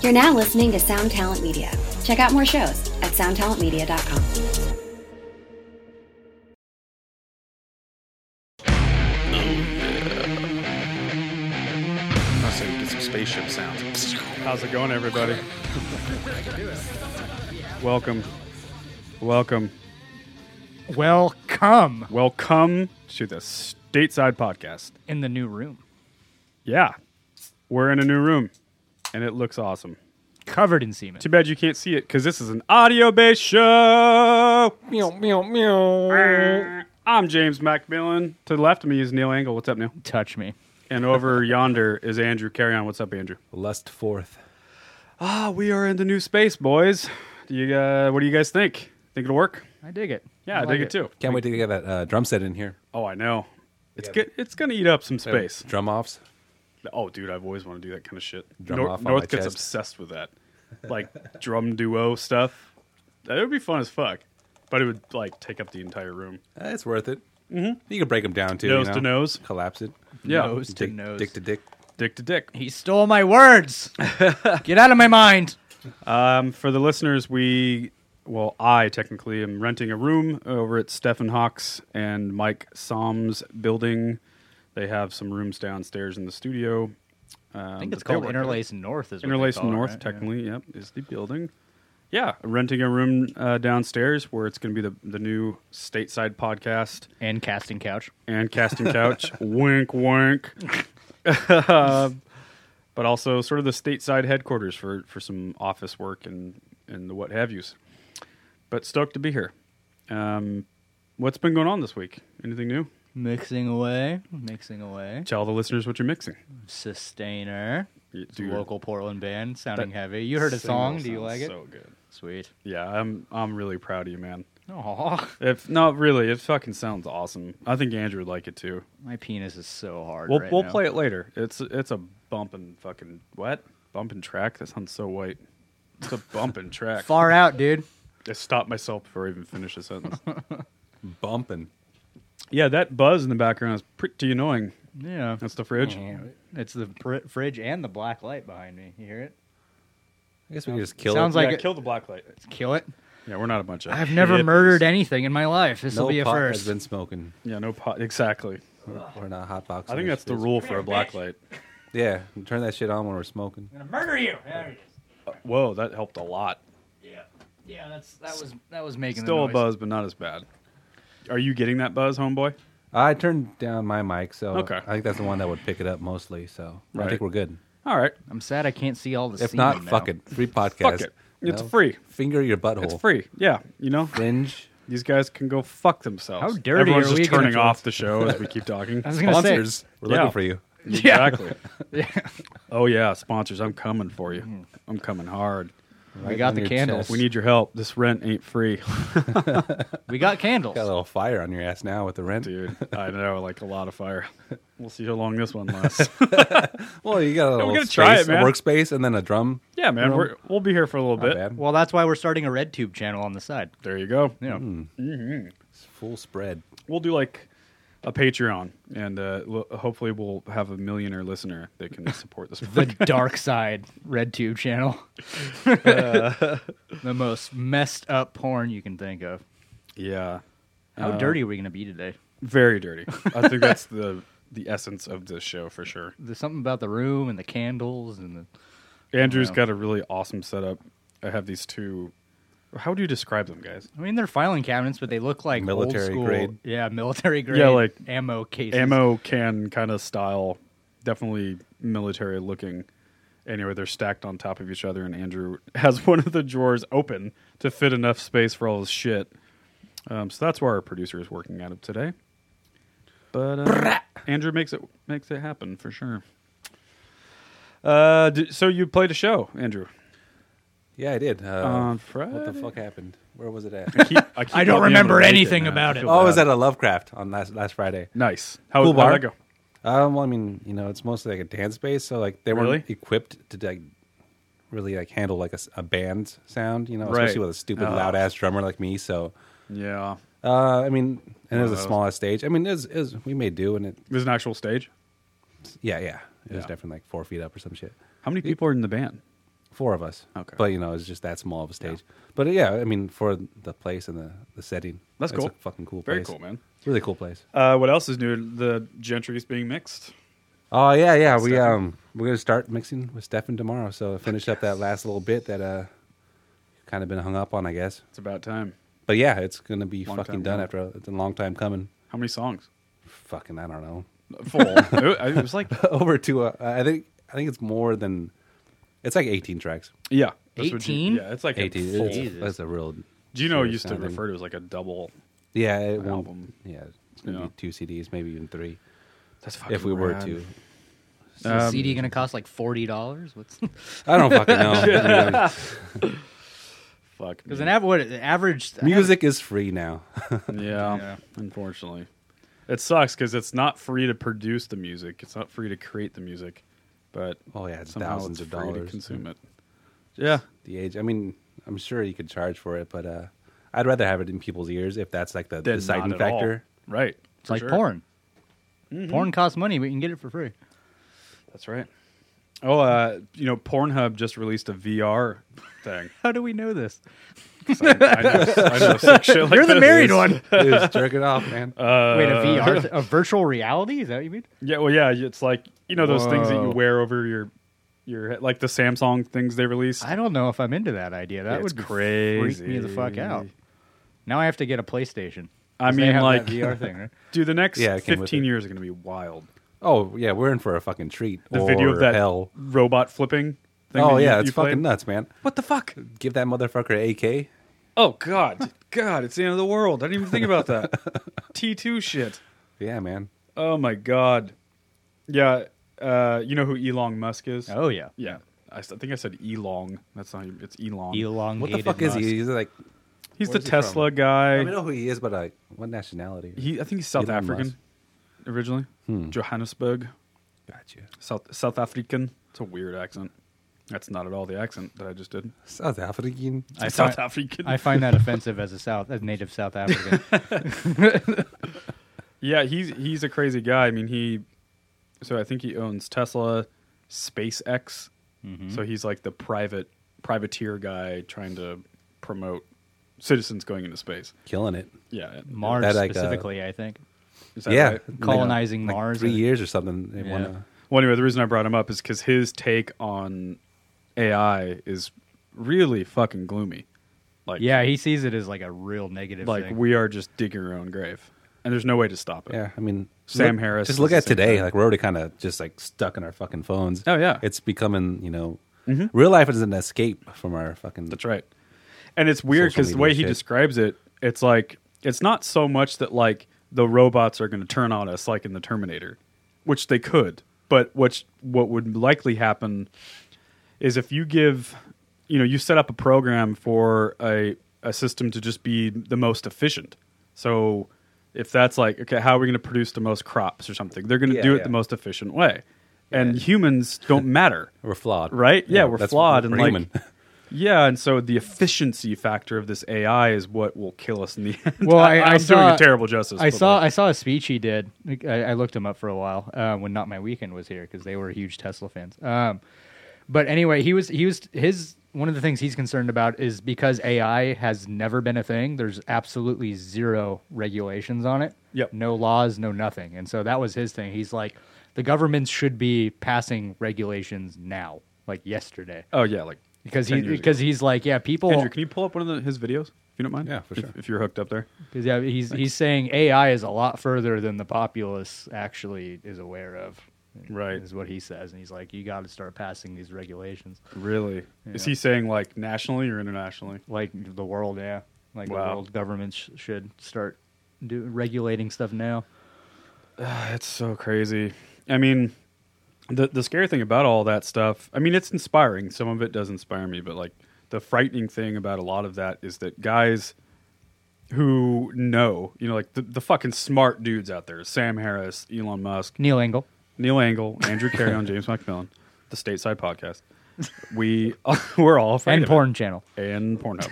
You're now listening to Sound Talent Media. Check out more shows at soundtalentmedia.com. I'll say we did some spaceship sounds. How's it going, everybody? Welcome. Welcome. Welcome Welcome to the Stateside Podcast. in the new room, Yeah, we're in a new room and it looks awesome. covered in semen. Too bad you can't see it because this is an audio based show. Meow, meow, meow. I'm James Macmillan. To the left of me is Neil Angle. What's up, Neil? Touch me. And over yonder is Andrew Carrion. What's up, Andrew? Lust forth. Ah, we are in the new space, boys. Do you, uh, what do you guys think? Think it'll work? I dig it. Yeah, I, like dig it too. Can't wait to get that uh, drum set in here. Oh, I know. It's good. It's gonna eat up some space. Drum offs. Oh, dude, I've always wanted to do that kind of shit. Drum Nor- off on my North gets chest. obsessed with that, like drum duo stuff. That would be fun as fuck, but it would like take up the entire room. Uh, it's worth it. Mm-hmm. You can break them down too. Nose you know? to nose. Collapse it. Yeah, Nose to dick, nose. Dick to dick. dick to dick. He stole my words. Get out of my mind. Um, for the listeners, we well, I technically am renting a room over at Stephen Hawks and Mike Som's building. They have some rooms downstairs in the studio. I think it's but they called work it. Interlace North. Is what they Interlace call it, North, right? technically, yep, is the building. Yeah, renting a room uh, downstairs where it's going to be the, the new stateside podcast Yeah. and casting couch. and casting couch. wink, wink. Um, but also sort of the stateside headquarters for, for some office work and, and the what have yous. But stoked to be here. Um, what's been going on this week? Anything new? Mixing away, mixing away. Tell the listeners what you're mixing. Sustainer. Y- It's a dude. local Portland band, sounding That heavy. You heard a Single song. Do you sounds like it? So good. Sweet. Yeah, I'm I'm really proud of you, man. Oh, If not really, it fucking sounds awesome. I think Andrew would like it too. my penis is so hard. We'll right we'll now. play it later. It's it's a bumping fucking what bumping track. That sounds so white. It's a bumping track. far out, dude. I stopped myself before I even finished the sentence. Bumping. yeah, that buzz in the background is pretty annoying. Yeah. That's the fridge. Yeah, It's the fr- fridge and the black light behind me. You hear it? I guess we can just kill Sounds it. like- yeah, it- kill the black light. Kill it. Yeah, we're not a bunch of. I've never hippies. murdered anything in my life. This will no be a pot first. has been smoking. Yeah, no pot. Exactly. We're not hot boxing. I think this that's the shit. rule for a black light. Yeah, turn that shit on when we're smoking. I'm gonna murder you. There it is. Whoa, that helped a lot. Yeah, yeah. That's that was that was making Still the a buzz, but not as bad. Are you getting that buzz, homeboy? I turned down my mic, so Okay. I think that's the one that would pick it up mostly. So Right. I think we're good. All right. I'm sad I can't see all the. If semen not, now. fuck it. Free podcast. it. It's No? free. Finger your butthole. It's free. Yeah, you know, Fringe. these guys can go fuck themselves. How dirty Everyone's are just we gonna turning do off it? the show as we keep talking. I was gonna say- Sponsors. We're Yeah. looking for you. exactly. Oh yeah, sponsors, I'm coming for Mm. you. I'm coming hard. We got on the your candles. chest. We need your help. This rent ain't free, We got candles. Got a little fire on your ass now with the rent. dude. I know, like a lot of fire. We'll see how long this one lasts. Well, you got a little we gotta space, try it, a man. workspace, and then a drum. yeah, man, we're, we'll be here for a little Not bit. bad. Well, that's why we're starting a red tube channel on the side. There you go. You know, Hmm. It's full spread. We'll do like a Patreon, and uh, lo- hopefully, we'll have a millionaire listener that can support this. the dark side red tube channel. Uh. the most messed up porn you can think of. yeah, How Uh. dirty are we gonna be today? very dirty. I think that's the the essence of this show for sure. There's something about the room and the candles and the. Andrew's Wow. got a really awesome setup. I have these two. How do you describe them, guys? I mean, they're filing cabinets, but they look like Military old school, grade. Yeah, military grade. Yeah, like ammo cases. Ammo can kind of style, definitely military looking. Anyway, they're stacked on top of each other, and Andrew has one of the drawers open to fit enough space for all his shit. Um, so that's where our producer is working out of today. But uh, Andrew makes it makes it happen for sure. Uh, d- so you played a show, Andrew, Yeah, I did. Uh, on Friday. what the fuck happened? Where was it at? Keep- I, keep I don't not being able to remember make anything man. about I it. feel oh, it bad. was at a Lovecraft on last last Friday. Nice. How Cool how'd bar. that go? Um, well, I mean, you know, it's mostly like a dance space, so like they Really? weren't equipped to like really like handle like a, s- a band sound, you know, Right. especially with a stupid Oh. loud ass drummer like me. So, Yeah. uh, I mean, and it of was the those. smallest stage. I mean, it was, it was we made do, and it It was an actual stage. yeah, yeah, it was Yeah. definitely like four feet up or some shit. How many people are in the band? Four of us. Okay. But you know, it's just that small of a stage. But uh, yeah, I mean, for the place and the, the setting, That's it's cool. A fucking cool. Very place. cool, man. Really cool place. Uh, what else is new? The gentry's being mixed. Oh yeah, yeah. We Stefan. um we're gonna start mixing with Stefan tomorrow. So finish up that last little bit that uh kind of been hung up on, I guess. It's about time. But yeah, it's gonna be Long fucking time done coming. after a, it's a long time coming. How many songs? Fucking I don't know. Full. it, wa- it was like Over to uh, I think I think it's more than it's like eighteen tracks. yeah, that's what you- 18? Yeah, it's like Eighteen. a full. It's- Jesus. That's a real. Gino serious used to sounding- refer to it as like a double. Yeah, it won't- album. Yeah, it's gonna Yeah. be two CDs, maybe even three, That's fucking if we were rad. to. Is the Um, CD gonna cost like forty dollars? What's I don't fucking know. You know, Fuck. Because me. an av- what, an average Music is free now. Yeah, Yeah. unfortunately. It sucks because it's not free to produce the music. It's not free to create the music, but Oh yeah, it's somehow thousands it's of free dollars. to consume it. Yeah, the age. I mean, I'm sure you could charge for it, but uh, I'd rather have it in people's ears if that's like the then deciding not at all. factor. right? It's for like sure. porn. Porn costs money, but you can get it for free. That's right. Oh, uh, you know, Pornhub just released a VR thing. How do we know this? 'Cause I, I know, I know sick shit like You're the this. married one. It was jerking off, man. Uh, Wait, a VR, th- a virtual reality? Is that what you mean? Yeah, well, yeah, it's like you know those things that you Whoa. wear over your your head, like the Samsung things they released. I don't know if I'm into that idea. That It's would crazy. freak me the fuck out. Now I have to get a PlayStation. I 'Cause they mean, have that like- VR thing. Right? Dude, the next Yeah, it came with fifteen it. years are going to be wild. oh yeah, we're in for a fucking treat. the video Or of that hell. robot flipping thing. Oh that yeah, you, it's you fucking played? nuts, man. What the fuck? Give that motherfucker a AK. Oh god, god, it's the end of the world. I didn't even think about that. T two shit. Yeah, man. Oh my god. Yeah, uh, you know who Elon Musk is? Oh yeah, yeah. I, s- I think I said Elon. That's not. even- It's Elon. elongated. What the fuck is musk. he? He's like, He's Where's the he from? Tesla I guy. mean, I know who he is, but like, what nationality? he, I think he's South Elon African Musk. Hmm. originally. Johannesburg, Gotcha. South South African. It's a weird accent. That's not at all the accent that I just did. South African. I South find- African. I find that offensive as a South, as native South African. Yeah, he's he's a crazy guy. I mean, he so I think he owns Tesla, SpaceX. So he's like the private privateer guy trying to promote citizens going into space. Killing it. Yeah, Mars That, like, uh, specifically, I think. is that yeah, right? Like- Colonizing like Mars, Three I think. years or something. They Yeah. wanna- Well, anyway, the reason I brought him up is because his take on AI is really fucking gloomy. Like, Yeah, he sees it as like a real negative. like thing. we are just digging our own grave, and there's no way to stop it. Yeah, I mean, Sam look- Harris Just is look the at same today. thing. Like we're already kind of just like stuck in our fucking phones. Oh, yeah. it's becoming you know, Mm-hmm. real life is an escape from our fucking. That's right. And it's weird Mm. Social because the media way he shit. describes it, it's like it's not so much that like the robots are going to turn on us like in the Terminator, which they could, but what's what would likely happen is if you give, you know, you set up a program for a a system to just be the most efficient. So if that's like okay, how are we going to produce the most crops or something? They're going to Yeah, do it yeah. the most efficient way. And humans don't matter. We're flawed, Right? Yeah, we're that's- flawed and, like, human. Yeah, and so the efficiency factor of this AI is what will kill us in the end. Well, I- I am doing saw- a terrible justice. I but, saw I like, saw a speech he did. I, I looked him up for a while uh, when not my weekend was here because they were huge Tesla fans. Um, but anyway, he was he was his one of the things he's concerned about is because AI has never been a thing. There's absolutely zero regulations on it. Yep. No laws, no nothing. And so that was his thing. He's like, the government should be passing regulations now, like yesterday, oh yeah, like because 10 he years because he's like, yeah, people. Andrew, can you pull up one of the, his videos if you don't mind? Yeah, for If- sure. If, you're hooked up there, Because yeah, he's he's saying AI is a lot further than the populace actually is aware of. Right. is what he says, and he's like, you got to start passing these regulations, really? Is Yeah. he saying like nationally or internationally? like the world, yeah, like the Wow. world governments sh- should start do regulating stuff now. It's so crazy. I mean, the the scary thing about all that stuff. I mean, it's inspiring. Some of it does inspire me, but like the frightening thing about a lot of that is that guys who know, you know, like the, the fucking smart dudes out there, Sam Harris, Elon Musk, Neil Engel, Neil Engel, Andrew Carrion, James McMillan, the Stateside Podcast. We we're all afraid and of it. porn channel. and Pornhub,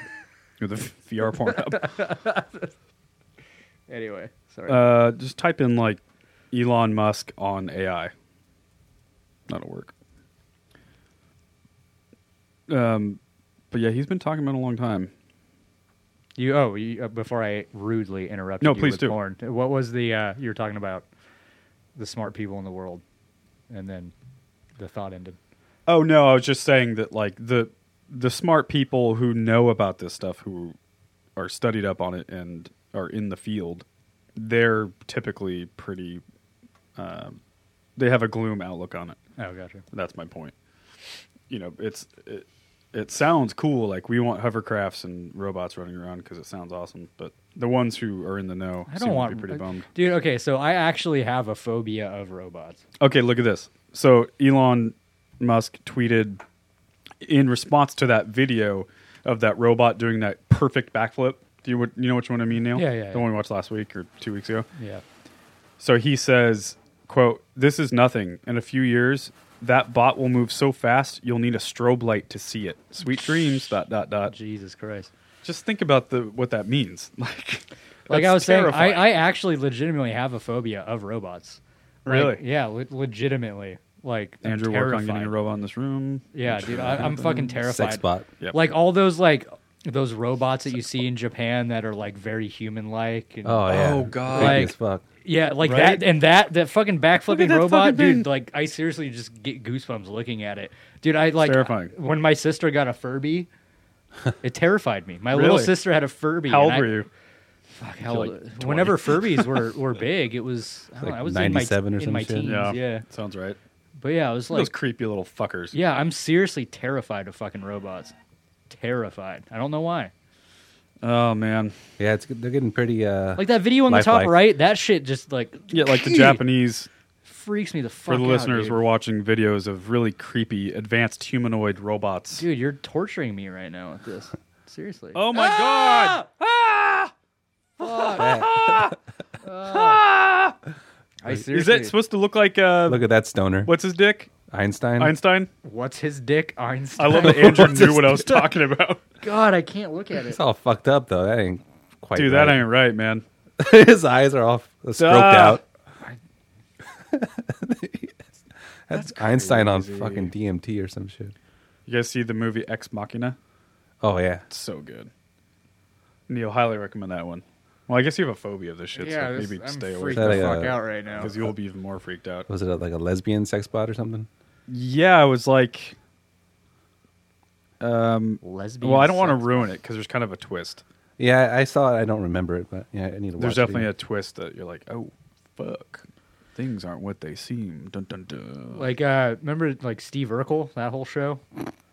the VR Pornhub. Anyway, sorry. Uh, just type in like Elon Musk on AI. That'll work. Um, but yeah, he's been talking about it a long time. You oh, you, uh, before I rudely interrupted. No, you please with do. Porn, what was the uh, you were talking about? The smart people in the world, and then the thought ended. Oh no, I was just saying that like the the smart people who know about this stuff who are studied up on it and are in the field, they're typically pretty uh, they have a gloom outlook on it. Oh, gotcha. That's my point. You know, it's it, it sounds cool like we want hovercrafts and robots running around cuz it sounds awesome, but the ones who are in the know I seem don't want to be pretty bummed. dude. Okay, so I actually have a phobia of robots. Okay, look at this. So Elon Musk tweeted in response to that video of that robot doing that perfect backflip. Do you you know which one I mean, Neil? Yeah, yeah, yeah. The one we watched last week or two weeks ago. Yeah. So he says, "quote This is nothing. In a few years, that bot will move so fast you'll need a strobe light to see it. Sweet dreams. Dot dot dot. Jesus Christ. Just think about the what that means. Like, Like I that's was terrifying. saying, I, I actually legitimately have a phobia of robots. Like, Really? yeah, le- legitimately. Like I'm Andrew, work on getting terrified. a robot in this room. Yeah, dude, I, I'm fucking terrified. Sex bot. Yep. Like all those like those robots that you see in Japan that are like very human like. Oh yeah. Oh, God. Creepy Like- as fuck. yeah, like Right? that and that that fucking backflipping that fucking robot, thing. dude. Like I seriously just get goosebumps looking at it, dude. I like terrifying. when my sister got a Furby. It terrified me. My little Really? sister had a Furby. How and old I- were you? Fuck, how old- whenever Furbies were, were big, it was I, don't know, Like I was in my 97 or in some my shit? teens. Yeah. Yeah. Sounds right. but yeah, I was Those like, creepy little fuckers. yeah, I'm seriously terrified of fucking robots. Terrified. I don't know why. Oh man. Yeah, it's they're getting pretty. Uh, Like that video on the top Lifelike. right, that shit just like Yeah, like the Japanese. freaks me the fuck. For the out, listeners, dude. we're watching videos of really creepy advanced humanoid robots. dude, you're torturing me right now with this. Seriously. Oh my Ah! god! I Is seriously. that supposed to look like uh, look at that stoner. what's his dick? Einstein? Einstein. What's his dick, I Einstein? love that Andrew knew what I was talking about. God, I can't look at it. It's all fucked up though. That ain't quite. Dude, that ain't right, man. ain't. His eyes are all stroked Ah. out. That's, Einstein on fucking DMT or some shit. You guys see the movie Ex Machina? Oh yeah. It's so good. Neil, highly recommend that one. Well, I guess you have a phobia of this shit, yeah, so this- maybe I'm stay away freaked from the it. fuck Yeah. out right now. because you'll be even more freaked out. Was it a, like a lesbian sex bot or something? Yeah, I was like, Lesbian. well, I don't want to sex- ruin it because there's kind of a twist. Yeah, I- I saw it. I don't remember it, but yeah, I need to. There's watch definitely it. a twist that you're like, oh, fuck. Things aren't what they seem. Dun, dun, dun. Like, uh, remember like Steve Urkel, that whole show?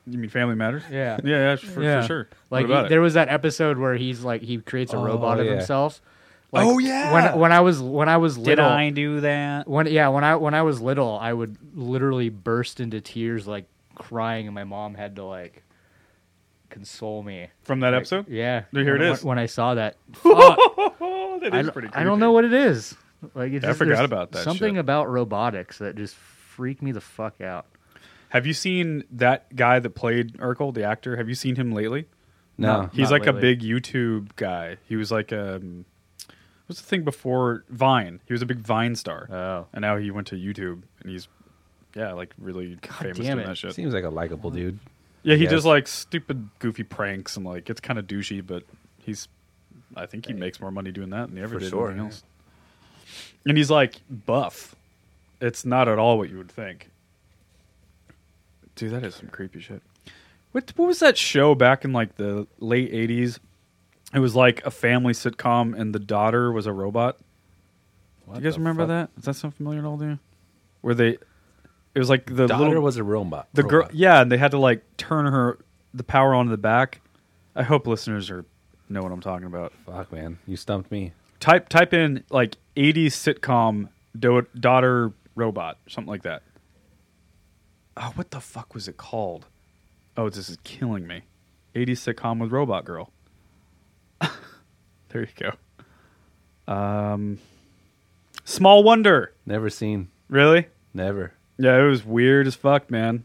you mean Family Matters? Yeah. Yeah, yeah for, for sure. Like what about he- there it? was that episode where he's like he creates a Oh, robot of yeah. himself. Like, Oh, yeah. When when I was when I was little, do that? when yeah when I when I was little, I would literally burst into tears like crying, and my mom had to like console me. From that Like, episode? yeah. Dude, here when, it when- is. When I saw that, Oh, that I is pretty don't, creepy. I don't know what it is. Like it's I just- forgot there's about that Something shit. about robotics that just freaked me the fuck out. Have you seen that guy that played Urkel, the actor? Have you seen him lately? no. He's Not like a lately. big YouTube guy. He was like um what's the thing before Vine? He was a big Vine star. Oh. And now he went to YouTube and he's yeah, like really famous damn doing it. that shit. Seems like a likable dude. yeah, he Yes. does like stupid goofy pranks and like it's kind of douchey, but he's I think he makes more money doing that than he ever For did sure, anything yeah. else. And he's like buff. It's not at all what you would think. Dude, that is some creepy shit. What what was that show back in like the late eighties? It was like a family sitcom, and the daughter was a robot. do you guys the remember fuck? that? Is that sound familiar at all to you? Where they, it was like the Daughter little was a robot. the girl, robot. yeah, and they had to like turn her the power on in the back. I hope listeners are know what I'm talking about. Fuck man, you stumped me. Type type in like '80s sitcom do- daughter robot something like that. Oh, what the fuck was it called? Oh, this is killing me. '80s sitcom with robot girl. there you go. Um, Small Wonder. Never seen. Really? Never. Yeah, it was weird as fuck, man.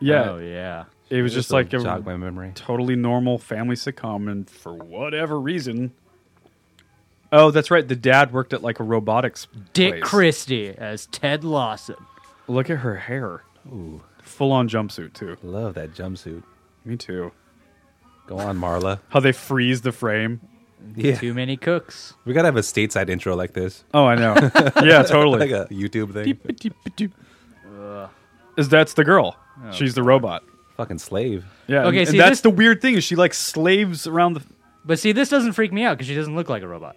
Yeah, Oh yeah. it was just like jog my a memory. totally normal family sitcom, and for whatever reason. Oh, that's right. The dad worked at like a robotics. Dick place. Christie as Ted Lawson. Look at her hair. Ooh, full on jumpsuit too. Love that jumpsuit. Me too. Go on, Marla. How they freeze the frame. Yeah. Too many cooks. We gotta have a stateside intro like this, Oh, I know. yeah, totally. like a YouTube thing. Deep, deep, deep. Is that's the girl? She's the robot. Fucking slave. Yeah. Okay, and, see, and that's this- the weird thing. is She like slaves around the. But see, this doesn't freak me out because she doesn't look like a robot.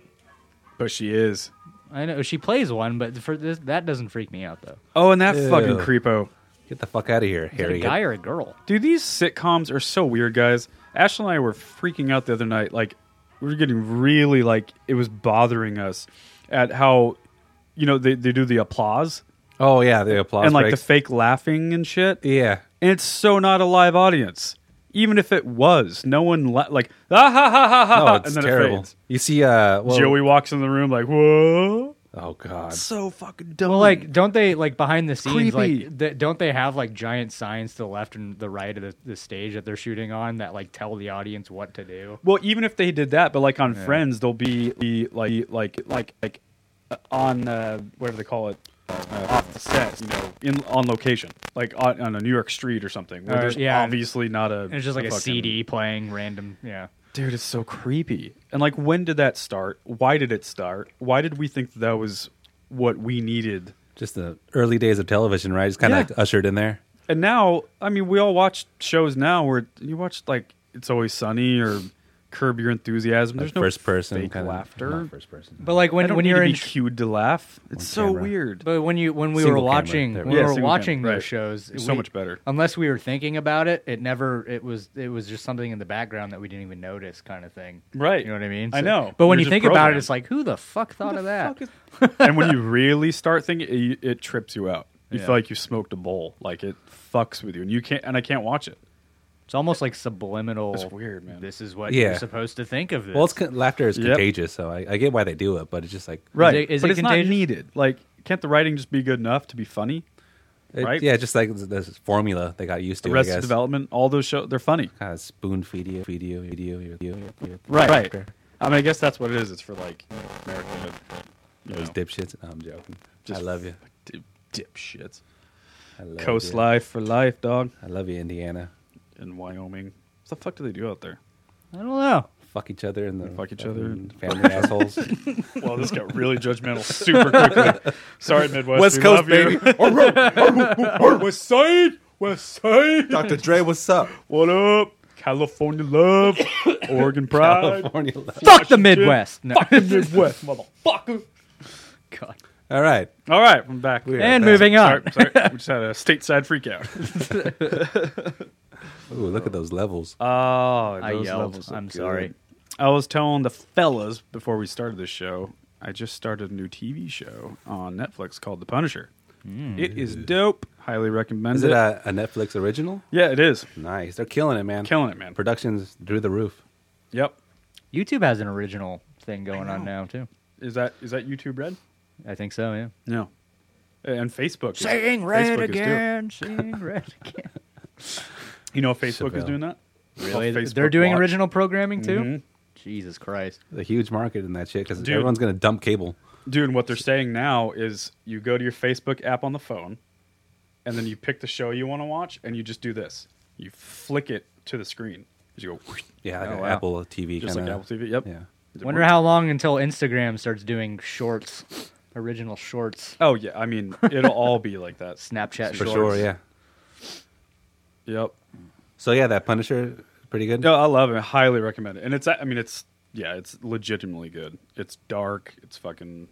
But she is. I know she plays one, but for this, that doesn't freak me out though. Oh, and that Ew. fucking creepo. Get the fuck out of here, Is it a Harry. guy or a girl? Dude, these sitcoms are so weird, guys. Ashley and I were freaking out the other night. Like, we were getting really, like, it was bothering us at how, you know, they, they do the applause oh yeah, the applause and, like, breaks. the fake laughing and shit. yeah. And it's so not a live audience. Even if it was, no one, la- like, ah, ha, ha, ha, ha, Oh, ha, it's and then it terrible. fades. you see, uh, well, Joey walks in the room, like, whoa. Oh god. So fucking dumb. Well, like, don't they like behind the scenes? Creepy. Like, th- don't they have like giant signs to the left and the right of the, the stage that they're shooting on that like tell the audience what to do? Well, even if they did that, but like on Friends, they'll be, be like like like like uh, on uh, whatever they call it uh, off the set, you know, in on location, like on, on a New York street or something. Where Uh, there's yeah. obviously not a. And it's just like a, fucking- CD playing random. Yeah, Dude, it's so creepy. And like, when did that start? Why did it start? Why did we think that, that was what we needed? Just the early days of television, right? Just kind of Yeah. like ushered in there. And now, I mean, we all watch shows now where you watch like It's Always Sunny or Curb Your Enthusiasm. There's Like, no first person fake kinda- laughter. not first person. but like I when don't when need you're to in be cued to laugh. It's so camera. weird. But when you when we Single were camera. watching There when we we go. Yeah, were single watching camera, those right. shows, It's so we- much better. Unless we were thinking about it, it never it was it was just something in the background that we didn't even notice, kind of thing. Right. You know what I mean? I know. But when You're you just think about programmed. it, it's like who the fuck thought of that? and when you really start thinking, it, it trips you out. You Yeah. feel like you smoked a bowl. Like it fucks with you, and you can't. And I can't watch it. It's almost like subliminal. It's weird, man. This is what Yeah. you're supposed to think of. This. Well, it's con- laughter is Yep. contagious, so I, I get why they do it, but it's just like Right? it- is it but it's contagious? not needed. Like, can't the writing just be good enough to be funny? it- Right? Yeah, just like this formula they got used to. I Arrested guess. Development, all those shows, they're funny. Kind of spoon feed you, feed you, feed you, feed you, feed you. Right. Right. I mean, I guess that's what it is. It's for like American uh, you Those know, dipshits. No, I'm joking. I Just- love you. dip, dipshits. I love Coast you. life for life, dog. I love you, Indiana. In Wyoming, what the fuck do they do out there? I don't know. Fuck each other and the Fuck each other. fucking family assholes. Well, this got really judgmental super quickly. Sorry, Midwest. West we Coast, love you. West Side, West Side. Dr. Dre, what's up? What up? California love, Oregon pride, California love. Fuck the Midwest. No. Midwest motherfucker. God. All right. All right, I'm back. We are And back. moving on. Sorry, sorry. we just had a stateside freak out. Ooh, look at those levels. Oh, I those yelled. levels are I'm good. sorry. I was telling the fellas before we started this show, I just started a new TV show on Netflix called The Punisher. It is dope. Highly recommend Mm. Is it a, a Netflix original? yeah, it is. Nice. They're killing it, man. Killing it, man. Productions through the roof. Yep. YouTube has an original thing going on now too. Is that is that YouTube Red? I think so. Yeah. No. And Facebook. is- Saying Facebook red is doing- again. Saying red again. You know, Facebook is Chevelle. doing that. Really? Called Facebook They're doing Watch. Mm-hmm. original programming too. Jesus Christ. A huge market in that shit because Dude. everyone's going to dump cable. Dude, and what they're saying now is you go to your Facebook app on the phone, and then you pick the show you want to watch, and you just do this. You flick it to the screen. You go, whoosh, Yeah, like Oh, an wow. Apple TV just kind like of. Apple TV. Yep. Yeah. Wonder how long until Instagram starts doing shorts, original shorts, Oh yeah, I mean it'll all be like that. Snapchat For shorts. sure, yeah. Yep. So, yeah, that Punisher, pretty good. No, I love it. Highly recommend it. And it's I mean it's yeah, it's legitimately good. It's dark. It's fucking.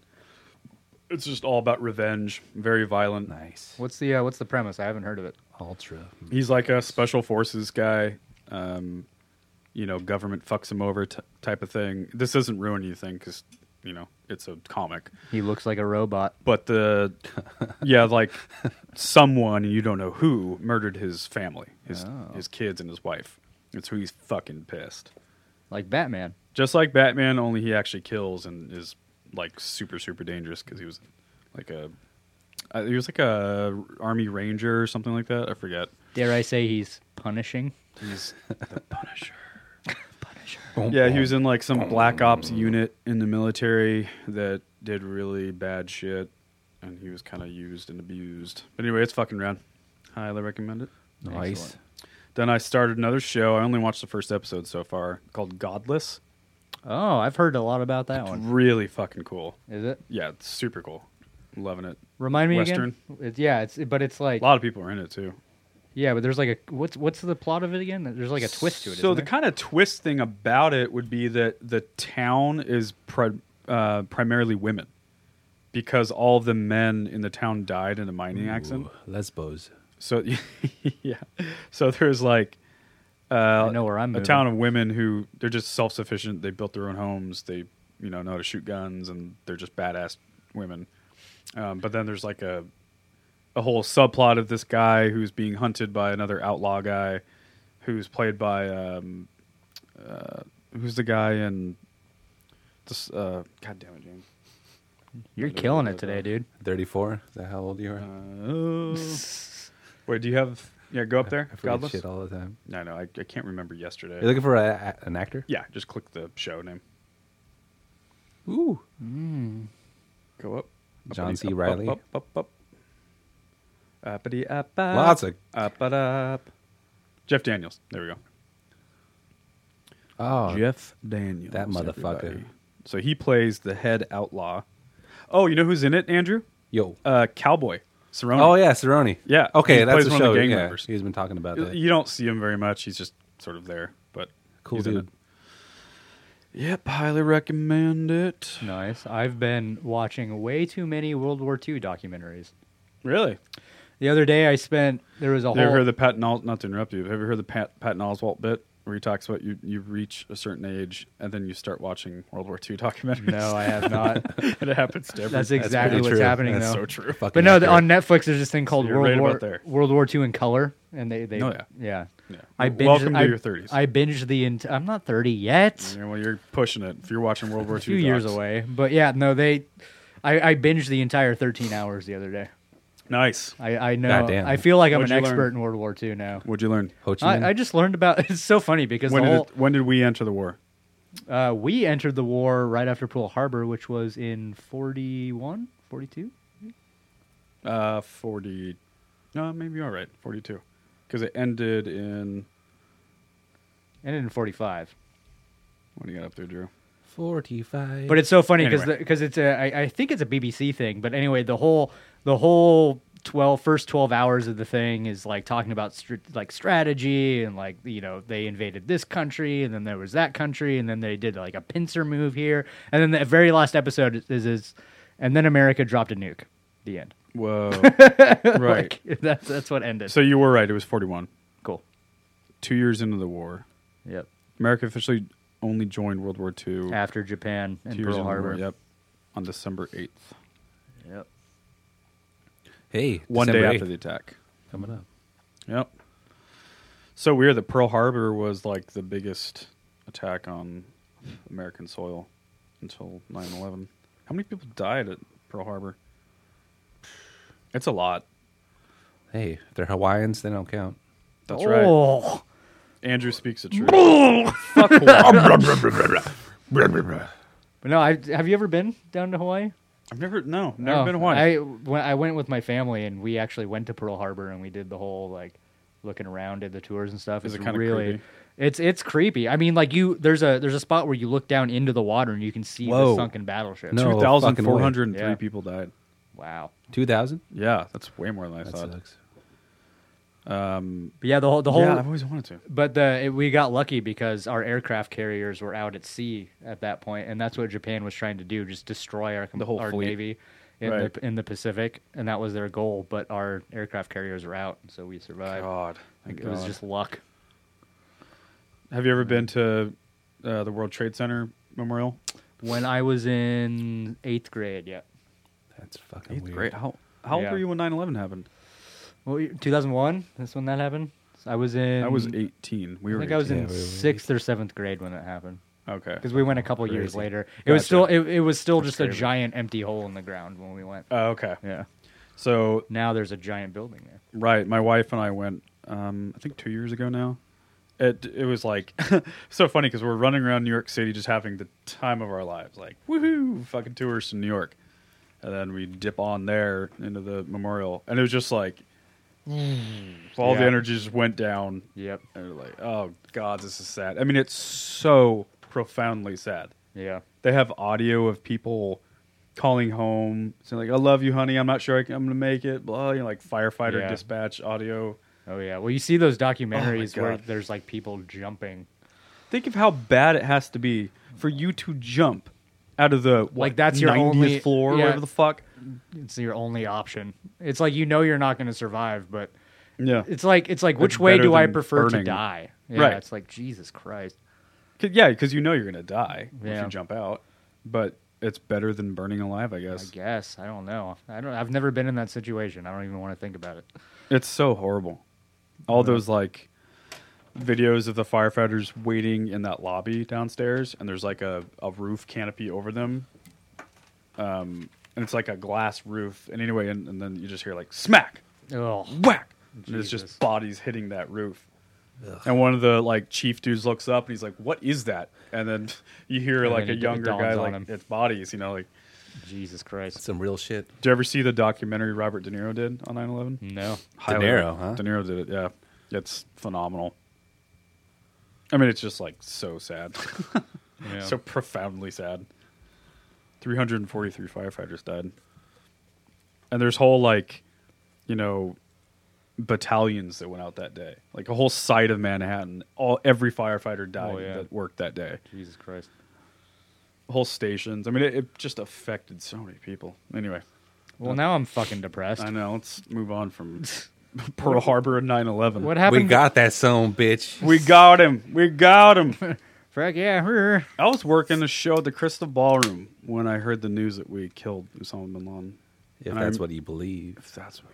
It's just all about revenge. Very violent. Nice. What's the uh, what's the premise? I haven't heard of it. Ultra. He's like a special forces guy. Um, you know, government fucks him over t- type of thing. This doesn't ruin anything because you know it's a comic. He looks like a robot. But the yeah, like someone you don't know who murdered his family, his his kids and his wife. It's who he's fucking pissed. like Batman. Just like Batman, only he actually kills and is like super super dangerous because he was like a uh, he was like a army ranger or something like that. I forget. Dare I say he's punishing? He's the Punisher. Punisher. Yeah, he was in like some black ops unit in the military that did really bad shit, and he was kind of used and abused. But anyway, it's fucking rad. Highly recommend it. Nice. Excellent. Then I started another show. I only watched the first episode so far called Godless. Oh, I've heard a lot about that one. Really fucking cool. Is it? Yeah, it's super cool. I'm loving it. Remind me Western. again. It's, yeah, it's but it's like A lot of people are in it too. yeah, but there's like a what's what's the plot of it again? There's like a twist to it. So isn't the there? kind of twist thing about it would be that the town is pri- uh, primarily women because all the men in the town died in a mining accident. Ooh, Lesbos. So yeah, so there's like uh, I know where I'm a moving. town of women who they're just self sufficient. They built their own homes. They you know know how to shoot guns, and they're just badass women. Um, but then there's like a a whole subplot of this guy who's being hunted by another outlaw guy, who's played by um, uh, who's the guy in this? Uh, God damn it, James. You're killing it today, dude. 34. Is that how old you are? Uh, Wait, do you have? Yeah, go up there. Uh, I forget Godless. shit all the time. No, no, I, I can't remember yesterday. You're looking for a, a- an actor? yeah, just click the show name. Ooh. Go up. John Uppity, C. up, Reilly. Up, up, up, up. Uppity, up, up. Lots of- Up, up, up. Jeff Daniels. There we go. Oh. Jeff Daniels. that motherfucker. So he plays the head outlaw. Oh, you know who's in it, Andrew? Yo. Uh, Cowboy. Cerrone. oh, yeah, Cerrone. Yeah, he Okay, that's plays the one of the show. gang yeah, members. He's been talking about You- that. You don't see him very much. He's just sort of there, but Cool he's in dude. it. Yep, highly recommend it. Nice. I've been watching way too many World War II documentaries. Really? The other day, I spent there was a Have you ever whole heard the Patton Oswalt? Not to interrupt you. Have you ever heard the Pat, Patton Oswalt bit where he talks about you you reach a certain age and then you start watching World War II documentaries? no, I have not. and it happens to everyone. That's exactly pretty what's true. happening That's though. so true. Fucking But no, accurate. the, on Netflix there's this thing called You're World right about War there. World War II in color, and they they Oh, yeah. yeah. Yeah. I binged, Welcome to I- your 30s. I binged the. Ent- I'm not 30 yet. Yeah, well, you're pushing it. If you're watching World War A II, few years docs. away, but yeah, no, they. I, I binged the entire 13 hours the other day. Nice. I, I know. Goddamn. I feel like I'm What'd an you learn? expert in World War II now. What'd you learn? Ho Chi Minh. I, I just learned about. It's so funny because When the did whole, it, when did we enter the war? uh, we entered the war right after Pearl Harbor, which was in 41, 42. Uh, forty. No, maybe you're right. Forty-two, because it ended in. Ended in 45. What do you got up there, Drew? 45. But it's so funny because Anyway. because it's a I, I think it's a BBC thing. But anyway, the whole the whole 12 first 12 hours of the thing is like talking about str- like strategy and like you know they invaded this country and then there was that country and then they did like a pincer move here and then the very last episode is is, and then America dropped a nuke. The end. Whoa. right. Like, that's that's what ended. So you were right. It was forty-one. cool. Two years into the war, Yep. America officially only joined World War II. two After Japan and years Pearl into the Harbor. war, Yep. On December 8th. Yep. hey, One December day after 8th, the attack. coming up. Yep. So weird that Pearl Harbor was like the biggest attack on American soil until 9 11. How many people died at Pearl Harbor? It's a lot. Hey, if they're Hawaiians, they don't count. That's right. oh. Andrew speaks the truth. But no, I have you ever been down to Hawaii? I've never, no, never Oh, been to Hawaii. I when I went with my family and we actually went to Pearl Harbor and we did the whole like looking around, did the tours and stuff. Is it it's kinda really creepy? it's it's creepy. I mean, like you there's a there's a spot where you look down into the water and you can see Whoa. the sunken battleship. No. fucking way. 2,403 Yeah. people died. Wow. 2,000? Yeah, that's way more than I That thought. sucks. But yeah, the whole the whole yeah, I've always wanted to. but the it, we got lucky because our aircraft carriers were out at sea at that point, and that's what Japan was trying to do: just destroy our com- The whole our fleet. navy in Right. the in the Pacific, and that was their goal. But our aircraft carriers were out, so we survived. Oh, God, thank it was God. just luck. Have you ever been to uh, the World Trade Center Memorial? When I was in eighth grade, yeah, That's fucking weird. How how old Yeah. were you when 9-11 happened? well, two thousand one. That's when that happened. I was in. I was eighteen. We I were. think I was 18. in Yeah, we were sixth or seventh grade when it happened. Okay. Because we went a couple years Crazy. later. It was Gotcha. still it, it was still just a crazy. giant empty hole in the ground when we went. Oh, okay. Yeah. So Now there's a giant building there. right, my wife and I went. Um, I think two years ago now. It it was like so funny because we're running around New York City just having the time of our lives. Like woohoo, fucking tourists in New York, and then we dip on there into the memorial, and it was just like All the Yeah. energy just went down. Yep. And you're like, oh god, this is sad. I mean, it's so profoundly sad. Yeah. They have audio of people calling home, saying like, "I love you, honey. I'm not sure I can, I'm gonna make it." Blah, you know, like firefighter Yeah. dispatch audio. Oh yeah. Well, you see those documentaries where God. there's like people jumping. Think of how bad it has to be for you to jump out of the what, Like, that's your 90th only- floor, yeah. whatever the fuck. It's your only option. It's like you know you're not going to survive, but Yeah, it's like it's like which It's way better do I than prefer to burning. die? Yeah, Right. It's like Jesus Christ. Cause, yeah, because you know you're gonna die if Yeah. you jump out, but it's better than burning alive, I I guess. guess I don't know. I don't. I've never been in that situation. I don't even want to think about it. It's so horrible. All those like videos of the firefighters waiting in that lobby downstairs, and there's like a, a roof canopy over them. Um, and it's like a glass roof. And anyway, and, and then you just hear like smack, Oh, whack. And it's Jesus. just bodies hitting that roof. And one of the like chief dudes looks up and he's like, "What is that?" And then you hear And like a then it younger dawns guy on like, him. "It's bodies," you know. Like, Jesus Christ. Some real shit. do you ever see the documentary Robert De Niro did on 9/11? No. Highly- Niro, huh? De Niro did it. Yeah, it's phenomenal. I mean, it's just like so sad, Yeah. so profoundly sad. Three hundred and forty-three firefighters died, and there's whole like, you know, battalions that went out that day. Like a whole side of Manhattan, all every firefighter died Oh, yeah. that worked that day. Jesus Christ. Whole stations. I mean, it, it just affected so many people. Anyway, Well, now I'm fucking depressed. I know. Let's move on from Pearl Harbor and 9-11. What We happened? got that son, bitch. We got him. We got him. Fuck yeah. her. I was working a show at the Crystal Ballroom when I heard the news that we killed Osama bin Laden. If And that's I'm- what you believe. If that's what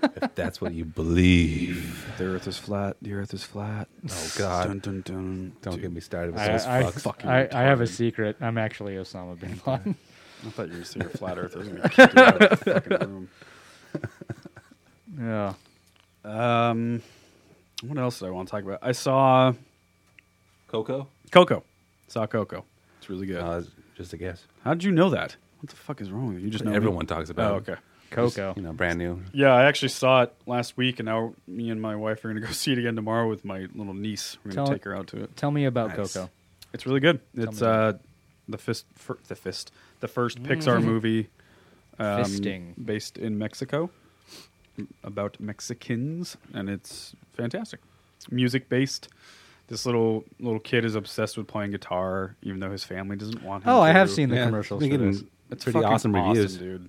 If that's what you believe. the earth is flat, the earth is flat. Oh God! Dun, dun, dun. Don't Dude, get me started with I, those I, fucks. fucking I, I have a retarded. secret. I'm actually Osama bin Laden. I thought you were saying flat earth. I was gonna kick you out of the fucking room. yeah. Um, what else did I want to talk about? I saw Coco? Coco. Saw Coco. It's really good. No, that's just a guess. How did you know that? What the fuck is wrong with you? You just know me. Everyone talks about. Oh, it. okay. Coco. You know, brand new. Yeah, I actually saw it last week, and now me and my wife are going to go see it again tomorrow with my little niece. We're Tell- going to take her out to it. Tell me about Nice. Coco. It's really good. It's me Mm. uh, the fist, fir- the fist, the first Pixar movie, um, Fisting. based in Mexico, m- about Mexicans, and it's fantastic. Music based. This little little kid is obsessed with playing guitar, even though his family doesn't want him. Oh, I have to. seen the Yeah, commercials it's for been this. getting pretty fucking awesome reviews. dude.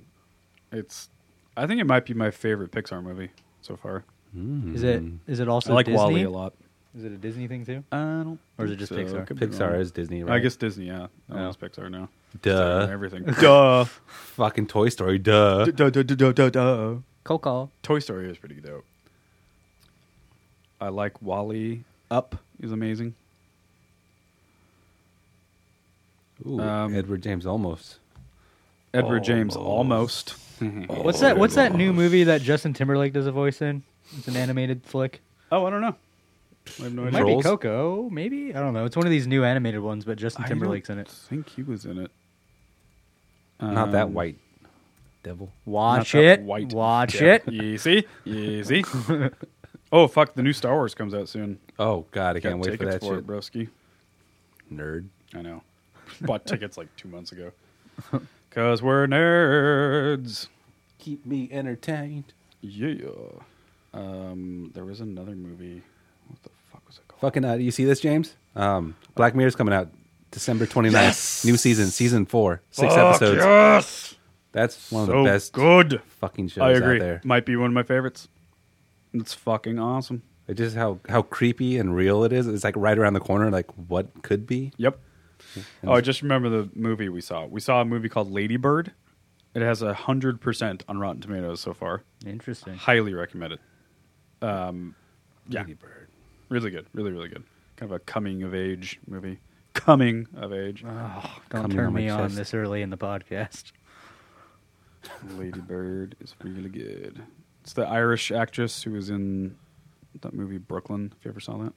It's, I think it might be my favorite Pixar movie so far. Mm. Is it? Is it also I like Disney? Wally a lot. Is it a Disney thing too? I don't, Or is it just think so. Pixar? Could be Pixar wrong. is Disney, right? Uh. I guess Disney. Yeah, I Oh. know it's Pixar now. Duh. Pixar, everything. duh. Fucking Toy Story, duh. duh, duh, duh, duh, duh. Coco. Toy Story is pretty dope. I like Wally. Up is amazing. Ooh, Um, Edward James almost. Edward James almost. Oh, What's that? What's that new movie that Justin Timberlake does a voice in? It's an animated flick. oh, I don't know. I have no It idea. might be Trolls? Coco. Maybe I don't know. It's one of these new animated ones, but Justin I Timberlake's in don't it. think he was in it. Not that Um, white devil. Watch Not that it. white Watch Yeah. it. Easy, easy. oh fuck! The new Star Wars comes out soon. Oh God, I Got can't wait for tickets that it, shit. broski. Nerd. I know. Bought tickets like two months ago. Cause we're nerds. Keep me entertained. Yeah. Um, there was another movie. What the fuck was it called? Fucking, uh, you see this, James? Um, Black Mirror's coming out December 29th. New season, season four, six Fuck episodes. Yes. That's one of so the best good. fucking shows I agree. out there. Might be one of my favorites. It's fucking awesome. It just how how creepy and real it is. It's like right around the corner. Like what could be? Yep. Oh, I just remember the movie we saw. We saw a movie called Ladybird. It has a hundred percent on Rotten Tomatoes so far. Interesting. Highly recommend it. Um, yeah, Lady Bird. really good, really really good. Kind of a coming of age movie. Coming of age. Don't Coming turn on my me on chest. this early in the podcast. Lady Bird is really good. It's the Irish actress who was in that movie Brooklyn. If you ever saw that,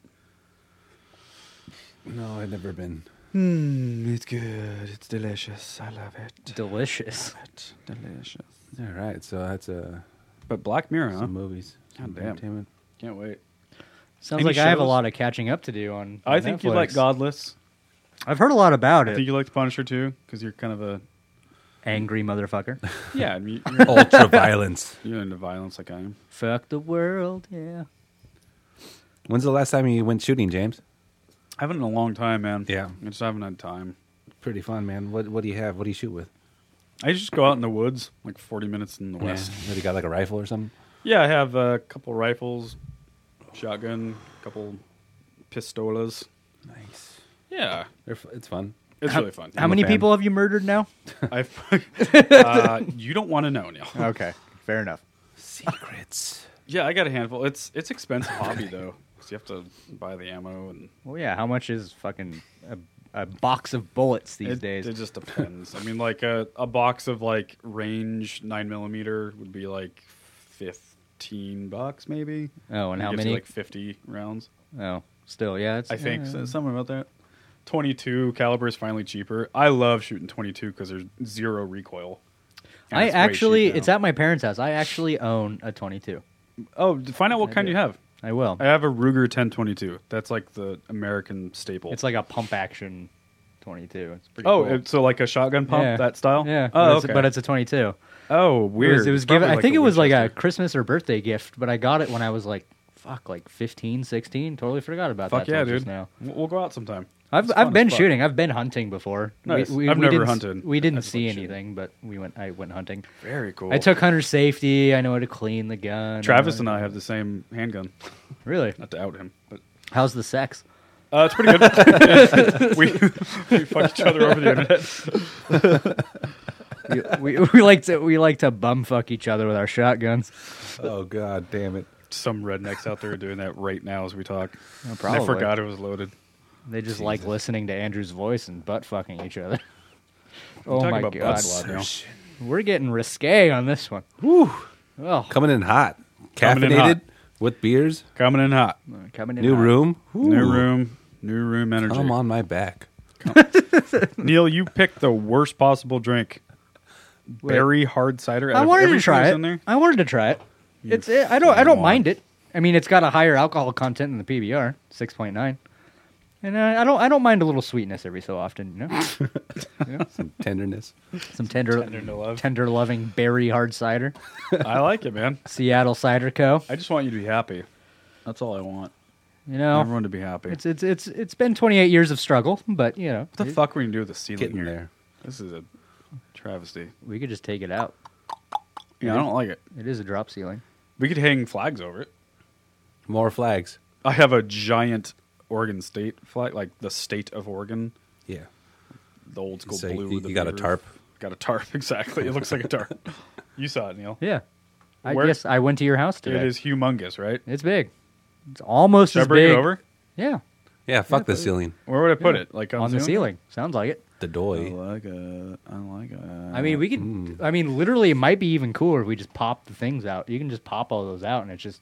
No, I've never been. Hmm, it's good. It's delicious. I love it. Delicious. Delicious. All right, so that's uh, But Black Mirror, huh? some movies. God damn. Entertainment. Can't wait. Sounds Any like I have a shows? lot of catching up to do on. I on think you like Netflix. Godless. I've heard a lot about I think it. you like The Punisher too, because you're kind of a Angry motherfucker. yeah. I mean, you're, Ultra violence. you're into violence like I am. Fuck the world, yeah. When's the last time you went shooting, James? I haven't in a long time, man. Yeah. I just haven't had time. Pretty fun, man. What What do you have? What do you shoot with? I just go out in the woods, like 40 minutes in the west. Yeah. Have you got like a rifle or something? Yeah, I have a couple rifles, shotgun, couple pistolas. Nice. Yeah, They're, f- it's fun. it's really fun. How many fan. people have you murdered now? I've, uh, you don't want to know, Neil. okay, fair enough. Secrets. Yeah, I got a handful. It's it's expensive hobby though, because you have to buy the ammo and Well, yeah. How much is fucking a, a box of bullets these it, days? It just depends. I mean, like a a box of like range nine millimeter would be like fifteen bucks maybe. Oh, and It how gives you, many? like fifty rounds. oh, still, yeah. It's, I think uh, so, something about that. 22 caliber is finally cheaper. I love shooting 22 because there's zero recoil. And I it's way actually, cheap now. it's at my parents' house. I actually own a 22. Oh, d- find out what kind do. you have. I will. I have a Ruger 1022. That's like the American staple. It's like a pump action 22. It's pretty. oh, cool. it's so like a shotgun pump Yeah. that style. Yeah. Oh, but it's, okay. but it's a 22. oh It weird. was, it was It's probably given. I think the it was like a Winchester. Christmas or birthday gift, but I got it when I was like, fuck, like 15, 16. Totally forgot about fuck that. yeah, till just dude. Now. W- We'll go out sometime. I've It's I've fun been as fuck. shooting. I've been hunting before. Nice. I've never didn't s- hunted. We didn't That's see fun shooting. anything, but we went. I went hunting. Very cool. I took hunter safety. I know how to clean the gun. Travis and I have the same handgun. Really? Not to out him, but How's the sex? Uh, it's pretty good. we, we fuck each other over the internet. we, we, we like to we like to bum fuck each other with our shotguns. Oh god, damn it. Some rednecks out there are doing that right now as we talk. No, And I probably. forgot it was loaded. They just like listening to Andrew's voice and butt fucking each other. Talking Oh my about god, butts a lot now. we're getting risque on this one. Woo! Oh, Coming in hot, Coming caffeinated in hot. with beers. Coming in hot. coming in New hot. room. New Ooh. room, new room energy. I'm on my back. Neil, you picked the worst possible drink. Berry hard cider. out I of wanted to everything try that's it. In there. I wanted to try it. You It's. I don't. I fucking don't moron. mind it. I mean, it's got a higher alcohol content than the PBR, six point nine, and uh, I, I don't. I don't mind a little sweetness every so often. You know, Some tenderness. some tender, Tender to love. tender loving berry hard cider, I like it, man. Seattle Cider Co. I just want you to be happy. That's all I want. You know, Everyone to be happy. it's it's it's it's been twenty eight years of struggle, but you know, what the fuck are we gonna do with the ceiling Getting here? there. This is a travesty. we could just take it out. Yeah, I don't like it. It is a drop ceiling. We could hang flags over it. More flags. I have a giant Oregon State flag, like the state of Oregon, Yeah. the old school So blue. you- with the you got a blue tarp? Got a tarp, exactly. It looks like a tarp. you saw it, Neil. Yeah, I Where- guess I went to your house It today. is humongous, right? It's big. It's almost Should I as bring big. it over? Yeah, Yeah, fuck the ceiling. Where would I put it? Like on, on the Zoom? ceiling. Sounds like it. The I doy. like it. I like it. I mean, we could. Mm. I mean, literally, it might be even cooler if we just pop the things out. You can just pop all those out, and it's just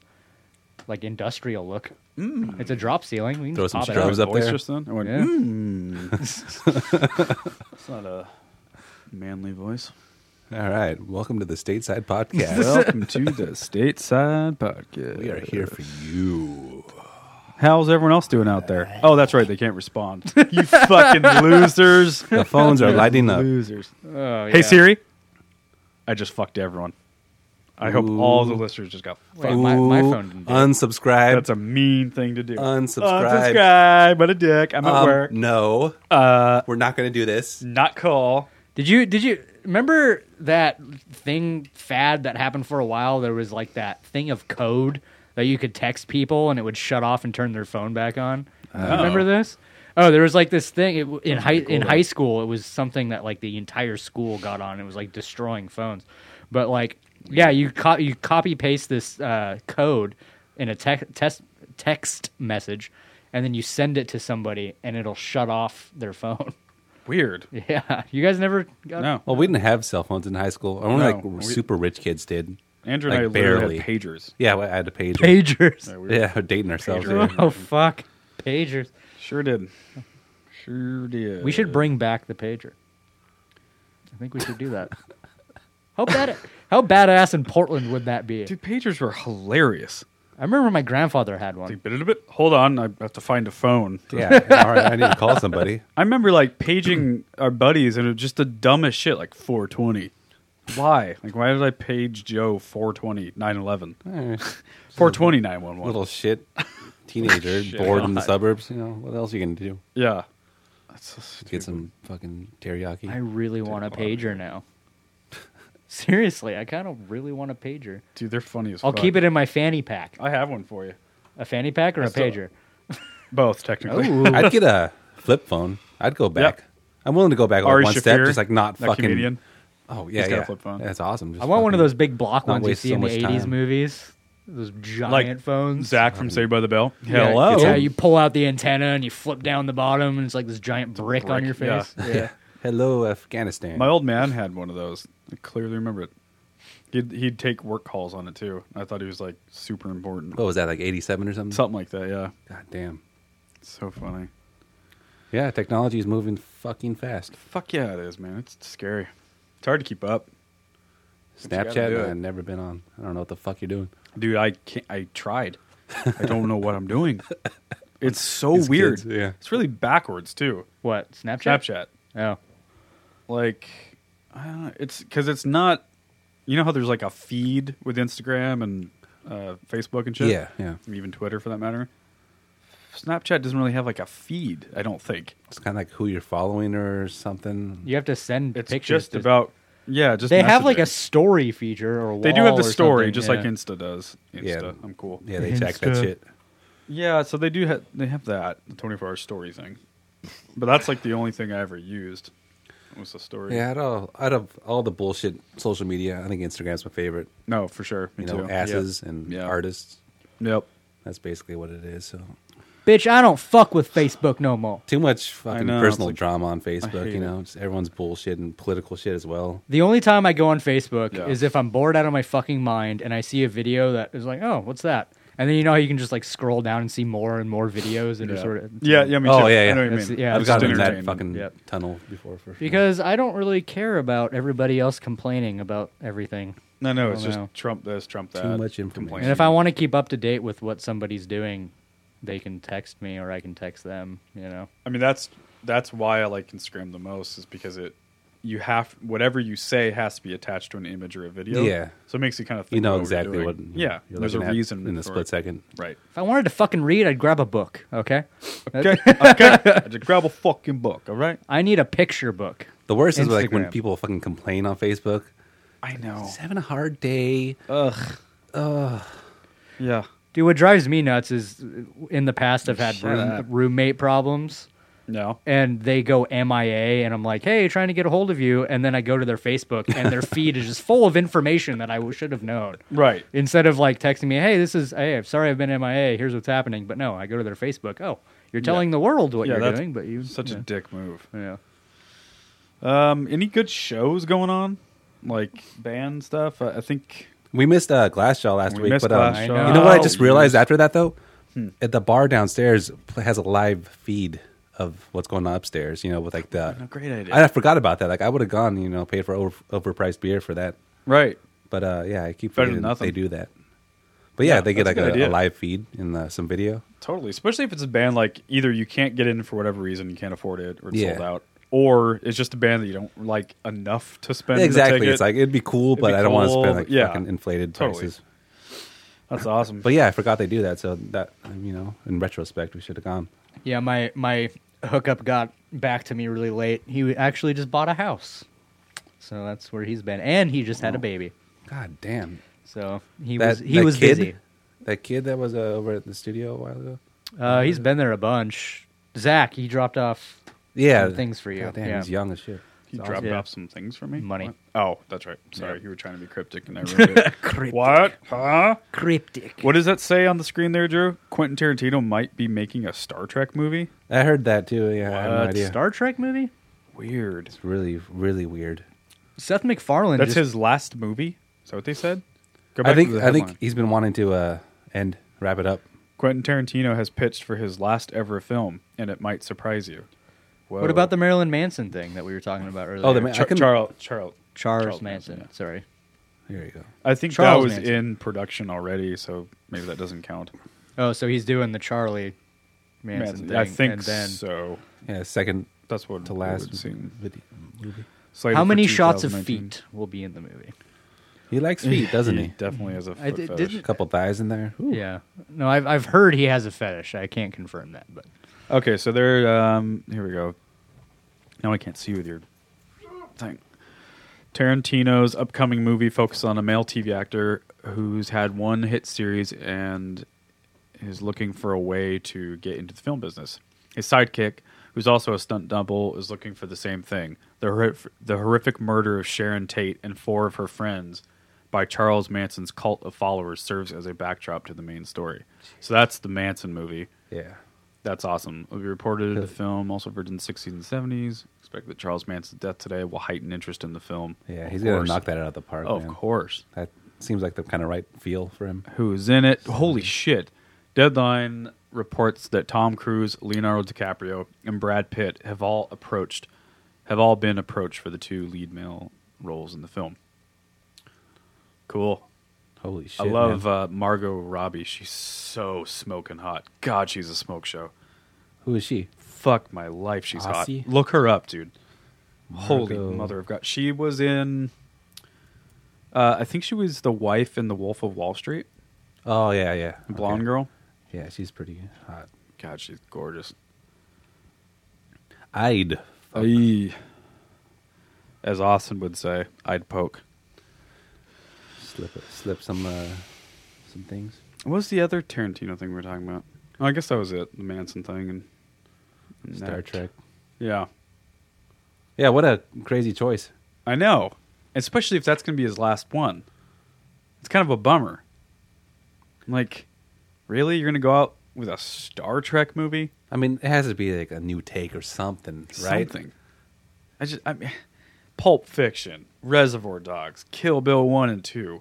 like industrial look. It's a drop ceiling. We can Throw just some pop it shrubs out. up there. boisterous then? I went, Yeah. It's not a manly voice. uh, All right. Welcome to the Stateside Podcast. Welcome to the Stateside Podcast. we are here for you. How's everyone else doing out there? Oh, that's right. They can't respond. You fucking losers. The phones are lighting up. Losers. Oh, yeah. Hey, Siri. I just fucked everyone. I hope all the Ooh. listeners just got Wait, fucked. my, my Ooh, phone didn't. do it. unsubscribe. That's a mean thing to do. Unsubscribe. Unsubscribe. But a dick. I'm at Um, work. No. Uh, We're not going to do this. Not cool. Did you did you remember that thing fad that happened for a while? There was like that thing of code that you could text people and it would shut off and turn their phone back on. Do you remember this? Oh, there was like this thing it, w- in high in high school. It was something that like the entire school got on. It was like destroying phones, but like yeah, you co- you copy paste this uh, code in a te- test text message, and then you send it to somebody, and it'll shut off their phone. Weird. Yeah, Oh, you guys never got No. Well, we didn't have cell phones in high school. Only No. like We- super rich kids did. Andrew like, and I literally barely. had pagers. Yeah, well, I had a pager. pagers. we Yeah, we're dating ourselves. Pager. here. Oh fuck, pagers. Sure did. Sure did. We should bring back the pager. I think we should do that. How bad? how badass in Portland would that be? Dude, pagers were hilarious. I remember my grandfather had one. Like, bit-a-bit. Hold on, I have to find a phone. Yeah. All right. I need to call somebody. I remember like paging our buddies and it was just the dumbest shit, like 420. Why? Like, why did I page Joe 420 911? Eh, 420 911. little shit teenager bored in the suburbs. You know what else you can do? Yeah. That's so stupid. Get some fucking teriyaki. I really want a pager now. Seriously, I kind of really want a pager. Dude, they're funny as I'll fuck. keep it in my fanny pack. I have one for you. A fanny pack or a still- pager? Both, technically. I'd get a flip phone. I'd go back. Yep. I'm willing to go back like, Ari one step, Shaffir, just like not that fucking. comedian. Oh yeah, He's got yeah. a flip phone. That's awesome. Just I want one of fucking- those big block not ones you waste see so in the much 80s time. movies. Those giant phones. Zach from Saved by the Bell. Yeah, Hello. Yeah, you pull out the antenna and you flip down the bottom, and it's like this giant brick, on brick, your yeah. face. Yeah. Hello, Afghanistan. My old man had one of those. I clearly remember it. He'd, he'd take work calls on it too. I thought he was like super important. what was that like 87 or something? Something like that, yeah. God damn. So funny. Yeah, technology is moving fucking fast. Fuck yeah, it is, man. It's scary. It's hard to keep up. gotta do Snapchat, it. I've never been on. I don't know what the fuck you're doing. Dude, I can't, I tried. I don't know what I'm doing. It's so These weird. kids, yeah. It's really backwards too. What? Snapchat? Snapchat. Oh. Like I don't know. It's cuz it's not you know how there's like a feed with Instagram and uh, Facebook and shit? Yeah, yeah. And even Twitter for that matter. Snapchat doesn't really have like a feed, I don't think. It's kind of like who you're following or something. You have to send It's pictures. just to- about yeah, just They have like a messaging. story feature or a They do have wall the or story something, just yeah. like Insta does. Insta, Yeah. I'm cool. Yeah, they check that Insta. shit. Yeah, so they do ha- they have that the 24 hour story thing, but that's like the only thing I ever used was the story. Yeah, out of, out of all the bullshit social media, I think Instagram's my favorite. no, for sure. Me You know, too. asses Yep. and Yeah. artists. Yep. That's basically what it is. So Bitch, I don't fuck with Facebook no more. too much fucking know, it's personal like- drama on I Facebook. hate You know, Just everyone's bullshit and political shit as well. The only time I go on Facebook Yeah. is if I'm bored out of my fucking mind and I see a video that is like, oh, what's that? And then you know how you can just like scroll down and see more and more videos and Yeah. just sort of yeah, yeah, me too. Oh, yeah, yeah. I know what you That's- mean. yeah, I've it's gotten just in that entertaining. fucking Yep. tunnel before. For sure. Because I don't really care about everybody else complaining about everything. No, no, it's Oh, just no. Trump this, Trump that. much information. complaint. And if I want to keep up to date with what somebody's doing, they can text me or I can text them, you know. I mean, that's that's why I like Instagram the most is because it you have whatever you say has to be attached to an image or a video. Yeah. So it makes you kind of think you know what we're exactly doing. what. Yeah. you're There's a looking at reason in a for split it. second. Right. If I wanted to fucking read, I'd grab a book, okay? Okay. okay. I just grab a fucking book. All right. I need a picture book. The worst is like when Instagram. people fucking complain on Facebook. I know. Just having a hard day. Oh. Yeah. Dude, what drives me nuts is uh, in the past I've had Shut room, up. roommate problems No. and they go MIA and I'm like, "Hey, trying to get a hold of you." And then I go to their Facebook and their feed is just full of information that I w- should have known. Right. Instead of like texting me, "Hey, this is hey, I'm sorry I've been MIA. Here's what's happening." But no, I go to their Facebook. "Oh, you're telling the world what yeah, you're that's doing, but you such yeah. a dick move. Yeah. Um, any good shows going on, like band stuff? I, I think We missed uh, Glassjaw last We week, missed but um, Glassjaw. Oh, Hmm. you I know what I know. just realized after that though? At the bar downstairs pl- has a live feed of what's going on upstairs. You know, with like the Oh, great idea. I forgot about that. Like I would have gone, you know, paid for over, overpriced beer for that. right. But uh, yeah, I keep Better than forgetting nothing. they do that. But yeah, Yeah, they get that's like a good a, a idea. live feed and uh, some video. Totally, especially if it's a band like either you can't get in for whatever reason, you can't afford it, or it's Yeah. sold out, or it's just a band that you don't like enough to spend. the exactly. ticket. It's like it'd be cool, It'd but be I don't want to cool, spend like but yeah. fucking inflated Totally. prices. that's awesome. But yeah, I forgot they do that. So that um, you know, in retrospect, we should have gone. Yeah, my my hookup got back to me really late. He actually just bought a house. So that's where he's been and he just had a baby. God damn, So he Oh. that was he that was kid, busy. That kid that was uh, over at the studio a while ago. Uh, he's been there a bunch. Zach, he dropped off Yeah, Some things for you. God damn, Yeah. he's young as shit. you dropped Yeah. off some things for me. Money. What? Oh, that's right. Sorry, you were trying to be cryptic, and I ruined it. What? Huh? cryptic. What does that say on the screen there, Drew? Quentin Tarantino might be making a Star Trek movie. I heard that too. Yeah, I have What? no idea. Uh, Star Trek movie? Weird. it's really, really weird. Seth MacFarlane. That's just- his last movie. Is that what they said? Go I think the I think headline. he's been wanting to uh, end wrap it up. Quentin Tarantino has pitched for his last ever film, and it might surprise you. Whoa. uh, What about the Marilyn Manson thing that we were talking about earlier? Oh, the Ma- I Char- can- Charles? Charles? Charles, Charles Manson. Manson, Sorry. There you go. I think Charles that was Manson. in production already, so maybe that doesn't count. Oh, so he's doing the Charlie Manson, thing. I think and then so. Yeah, second That's what to it last would seem. video. movie. Slated How for many shots of 2019. feet will be in the movie? He likes feet, doesn't He he? definitely has a I foot did- fetish. A couple thighs in there. Ooh. Yeah. No, I've I've heard he has a fetish. I can't confirm that, but Okay, so there. Um, here we go. Now I can't see with your thing. Tarantino's upcoming movie focuses on a male TV actor who's had one hit series and is looking for a way to get into the film business. His sidekick, who's also a stunt double, is looking for the same thing: the horrif- the horrific murder of Sharon Tate and four of her friends by Charles Manson's cult of followers serves as a backdrop to the main story. So that's the Manson movie. Yeah. That's awesome. It'll be reported in the Good. film, also for in the 60s and 70s. Expect that Charles Manson's death today will heighten interest in the film. Yeah, Of he's going to course. knock that out of the park. Oh, man. of course. That seems like the kind of right feel for him. Who's in it? Holy shit. Deadline reports that Tom Cruise, Leonardo DiCaprio, and Brad Pitt have all approached, have all been approached for the two lead male roles in the film. Cool. Holy shit. I love man. uh, Margot Robbie. She's so smoking hot. God, she's a smoke show. Who is she? Fuck my life, she's Aussie? hot. Look her up, dude. Holy Margot. mother of God. She was in uh, I think she was the wife in The Wolf of Wall Street, Oh, yeah, yeah. the blonde Okay. girl. Yeah, she's pretty hot. God, she's gorgeous. I'd. Aye. As Austin would say, I'd poke. slip slip some uh, some things. What was the other Tarantino thing we were talking about? Oh, I guess that was it, the Manson thing and, and Star that. Trek. Yeah. Yeah, what a crazy choice. I know. Especially if that's going to be his last one. It's kind of a bummer. I'm like, really? You're going to go out with a Star Trek movie? I mean, it has to be like a new take or something, right? Something. I just, I mean, Pulp Fiction, Reservoir Dogs, Kill Bill 1 and 2,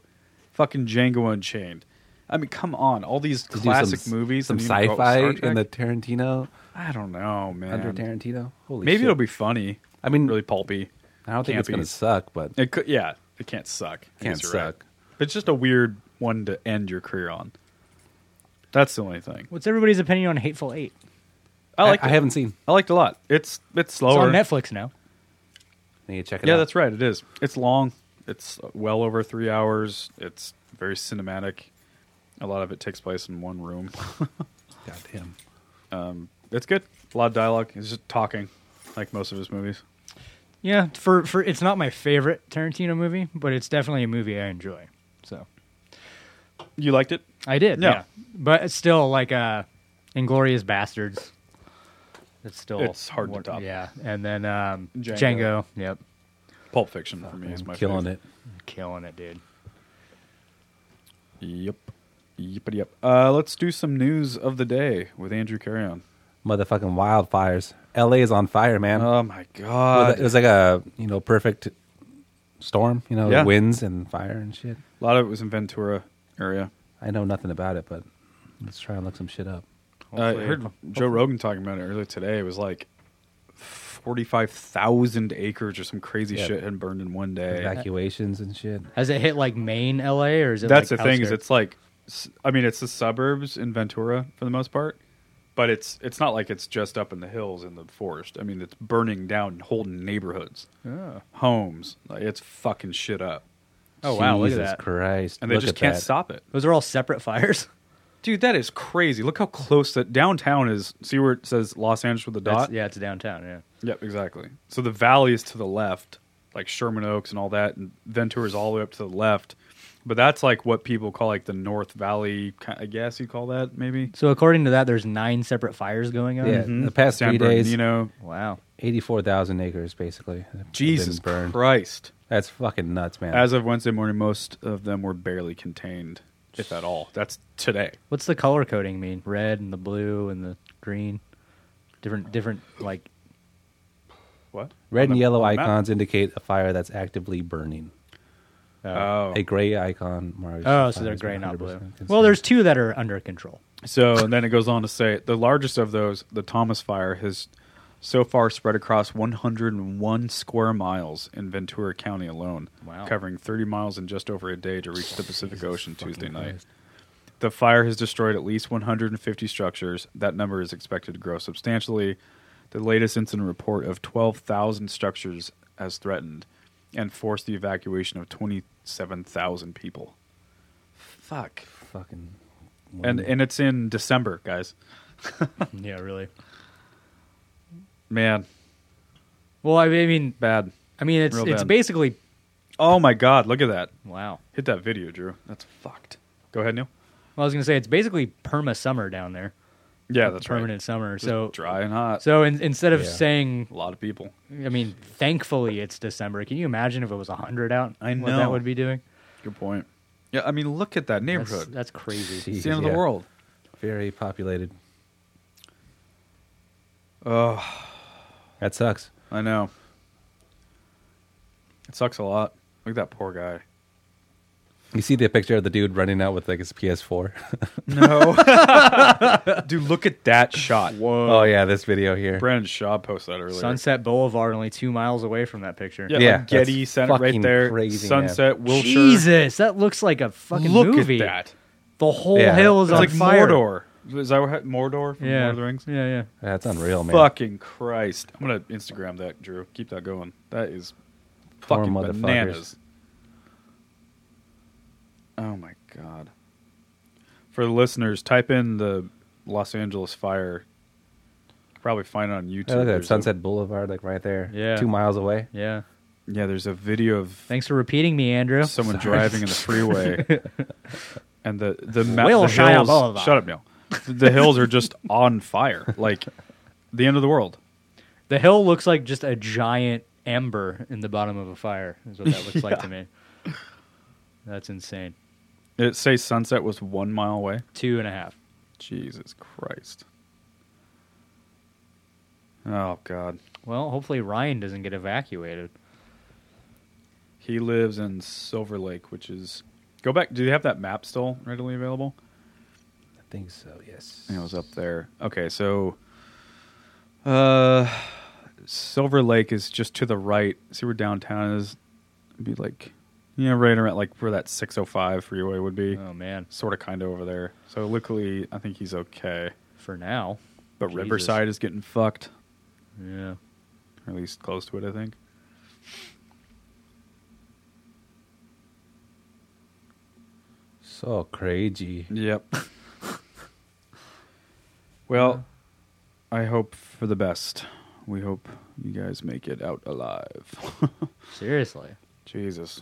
fucking Django Unchained. I mean, come on. All these To do some classic s- movies. some and you go out with sci-fi Star in the Trek? Tarantino I don't know, man. under Tarantino. Holy, Maybe shit. it'll be funny. I mean, really pulpy. I don't think can't it's gonna be. suck, but It could, yeah, it can't suck. I Can't guess you're right. suck. It's just a weird one to end your career on. That's the only thing. what's everybody's opinion on Hateful Eight? I like. I, I, haven't seen. liked it a lot. It's it's It's slower. on Netflix now. I need to check it yeah, out. that's right. It is. It's long. It's uh, well over three hours. It's very cinematic. A lot of it takes place in one room. Goddamn. it's good. A lot of dialogue. It's just talking, like most of his movies. Yeah, for for it's not my favorite Tarantino movie, but it's definitely a movie I enjoy. So You liked it? I did. Yeah. Yeah, but it's still like uh, Inglorious Bastards. It's still It's hard to top. Yeah, and then um, Django. Django. Yep, Pulp Fiction for me is I'm my killing favorite. it. killing it, dude. Yep. Yep. Yep. Uh, let's do some news of the day with Andrew Carrion. Motherfucking wildfires. L.A. is on fire, man. Oh my It was- god! it was like a you know perfect storm. You know, Yeah. winds and fire and shit. A lot of it was in Ventura area. I know nothing about it, but let's try and look some shit up. Uh, I heard Joe Rogan talking about it earlier today. It was like forty-five thousand acres or some crazy Yeah. shit had burned in one day. Evacuations and shit. Has it hit like Maine, L.A., or is it? That's like, the thing is, outskirts? it's like, s- I mean, it's the suburbs in Ventura for the most part, but it's it's not like it's just up in the hills in the forest. I mean, it's burning down whole neighborhoods, homes. Like it's fucking shit up, oh wow, look at Jesus that. Christ! and they Look just at can't that. stop it. Those are all separate fires. Dude, that is crazy. Look how close that downtown is. See where it says Los Angeles with the That's- dot? yeah, it's downtown. Yeah. Yep, exactly. So the valley is to the left, like Sherman Oaks and all that, and Ventura is all the way up to the left. But that's like what people call like the North Valley. ki- I guess you call that maybe. So according to that, there's nine separate fires going on. Yeah, the past San three days, you know, Bernardino. Wow. eighty-four thousand acres basically. have been Jesus burned. Christ! that's fucking nuts, man. As of Wednesday morning, most of them were barely contained, if at all. That's today. What's the color coding mean? Red and the blue and the green, different different like. What? Red On and the- yellow on the map? icons indicate a fire that's actively burning. Oh, A gray icon marks. Oh, the so fire they're is gray, not blue. 100% Well, there's two that are under control. So, and then it goes on to say the largest of those, the Thomas Fire, has so far spread across 101 square miles in Ventura County alone, Wow. covering 30 miles in just over a day to reach the Pacific Ocean Tuesday night. The fire has destroyed at least 150 structures. That number is expected to grow substantially. The latest incident report of 12,000 structures has threatened and forced the evacuation of 27,000 people. Fuck. Fucking. And and it's in December, guys. yeah, really. Man, Well, I mean, bad. I mean, it's Real it's bad. basically Oh my god, look at that. wow. Hit that video, Drew. That's fucked. Go ahead, Neil. Well, I was gonna say it's basically perma summer down there. Yeah, that's permanent right. summer. Just so dry and hot. So in, instead of Yeah. saying, a lot of people. I mean, thankfully it's December. Can you imagine if it was hundred out? I what know. that would be doing. Good point. Yeah, I mean, look at that That's, neighborhood. that's crazy. it's the end of yeah. the world. Very populated. Oh, that sucks. I know. It sucks a lot. Look at that poor guy. You see the picture of the dude running out with like his PS4. Oh. No. Dude, look at that shot. Whoa. oh yeah, this video here. Brandon Shaw posted that earlier. Sunset Boulevard, only two miles away from that picture. Yeah, Yeah, like Getty that's Senate right fucking there. crazy, man. Sunset, Wilshire. Jesus, that looks like a fucking Look movie. at that. The whole Yeah. hill is It's on like fire. Mordor. Is that what, Mordor from Yeah. Lord of the Rings? Yeah, yeah. That's unreal, man. Fucking Christ. I'm going to Instagram that, Drew. Keep that going. That is Poor fucking motherfuckers. bananas. Oh my god. For the listeners, type in the Los Angeles fire. Probably find it on YouTube. Yeah, look at that There's a- Sunset Boulevard, like right there. Yeah. two miles away. Yeah. yeah, there's a video of Thanks for repeating me, Andrew. someone driving in the freeway, and the the, ma- Will the Shire hills. Boulevard. Shut up, Neil. The hills are just on fire, like the end of the world. The hill looks like just a giant ember in the bottom of a fire. Is what that looks like to me. That's insane. It says sunset was one mile away. Two and a half. Jesus Christ. Oh God. Well, hopefully Ryan doesn't get evacuated. He lives in Silver Lake, which is go back. Do they have that map still readily available? I think so. Yes. I think It was up there. Okay, so uh, Silver Lake is just to the right. See where downtown is? It'd be like yeah, right around like where that 605 freeway would be. Oh man. Sort of, kind of over there. So luckily, I think he's okay. For now. But Jesus. Riverside is getting fucked, Yeah. or at least close to it. I think. so crazy. Yep. well, I hope for the best. We hope you guys make it out alive. Seriously. Jesus.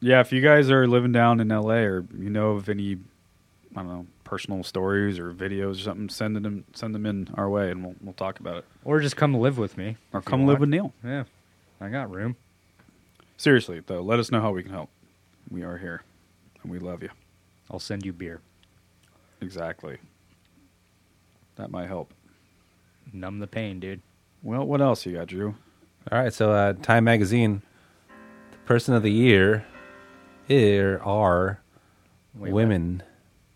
Yeah, if you guys are living down in LA or you know of any, I don't know, personal stories or videos or something, send them send them in our way, and we'll we'll talk about it. Or just come live with me. Or if you come live want. with Neil. Yeah. I got room. Seriously though, let us know how we can help. We are here, and we love you. I'll send you beer. Exactly. That might help. Numb the pain, dude. Well, what else you got, Drew? All right, so uh, Time Magazine, the person of the year, here are Wait, women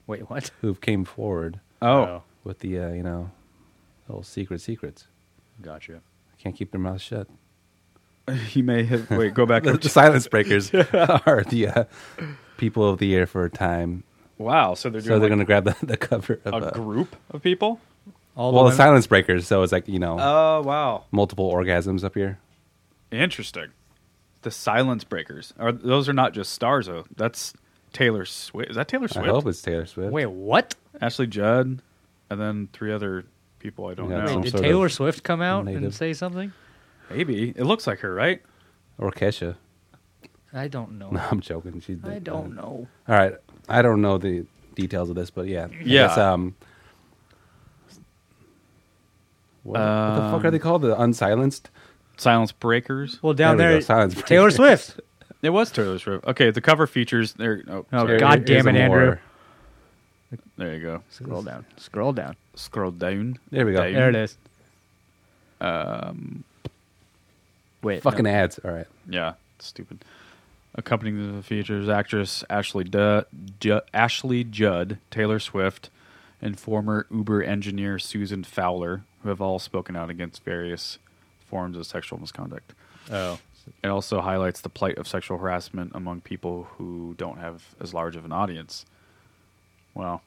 Wait, what? who've came forward Oh, with the uh, you know little secret secrets. Gotcha. Can't keep their mouth shut. he may have. Wait, go back. The, the silence breakers are the uh, people of the year for Time. wow. So they're So doing they're like, going to grab the, the cover of a uh, group of people. All well, the women- silence breakers. So it's like you know Oh wow. multiple orgasms up here. Interesting. The Silence Breakers. Are those are not just stars though. That's Taylor Swift. Is that Taylor Swift? I hope it's Taylor Swift. Wait, what? Ashley Judd, and then three other people I don't Yeah, know. some Did sort Taylor of Swift come out and native- say something? Maybe it looks like her, right? or Kesha. I don't know. No, I'm joking. She. I don't know. All right, I don't know the details of this, but yeah, I Yeah. guess, um, what, what the fuck Um, are they called? The unsilenced. Silence Breakers. Well, down There we there, go, silence Taylor breakers. Swift. It was Taylor Swift. Okay, the cover features there. Oh, Oh, sorry. God Here's damn it, a more- Andrew. there you go. Scroll down. Scroll down. Scroll down. There we go. Down. There it is. Um, Um, wait. Fucking no. ads. All right. Yeah, stupid. Accompanying the features, actress Ashley Judd, Ju- Ashley Judd, Taylor Swift, and former Uber engineer Susan Fowler, who have all spoken out against various forms of sexual misconduct. Oh, It also highlights the plight of sexual harassment among people who don't have as large of an audience. Well,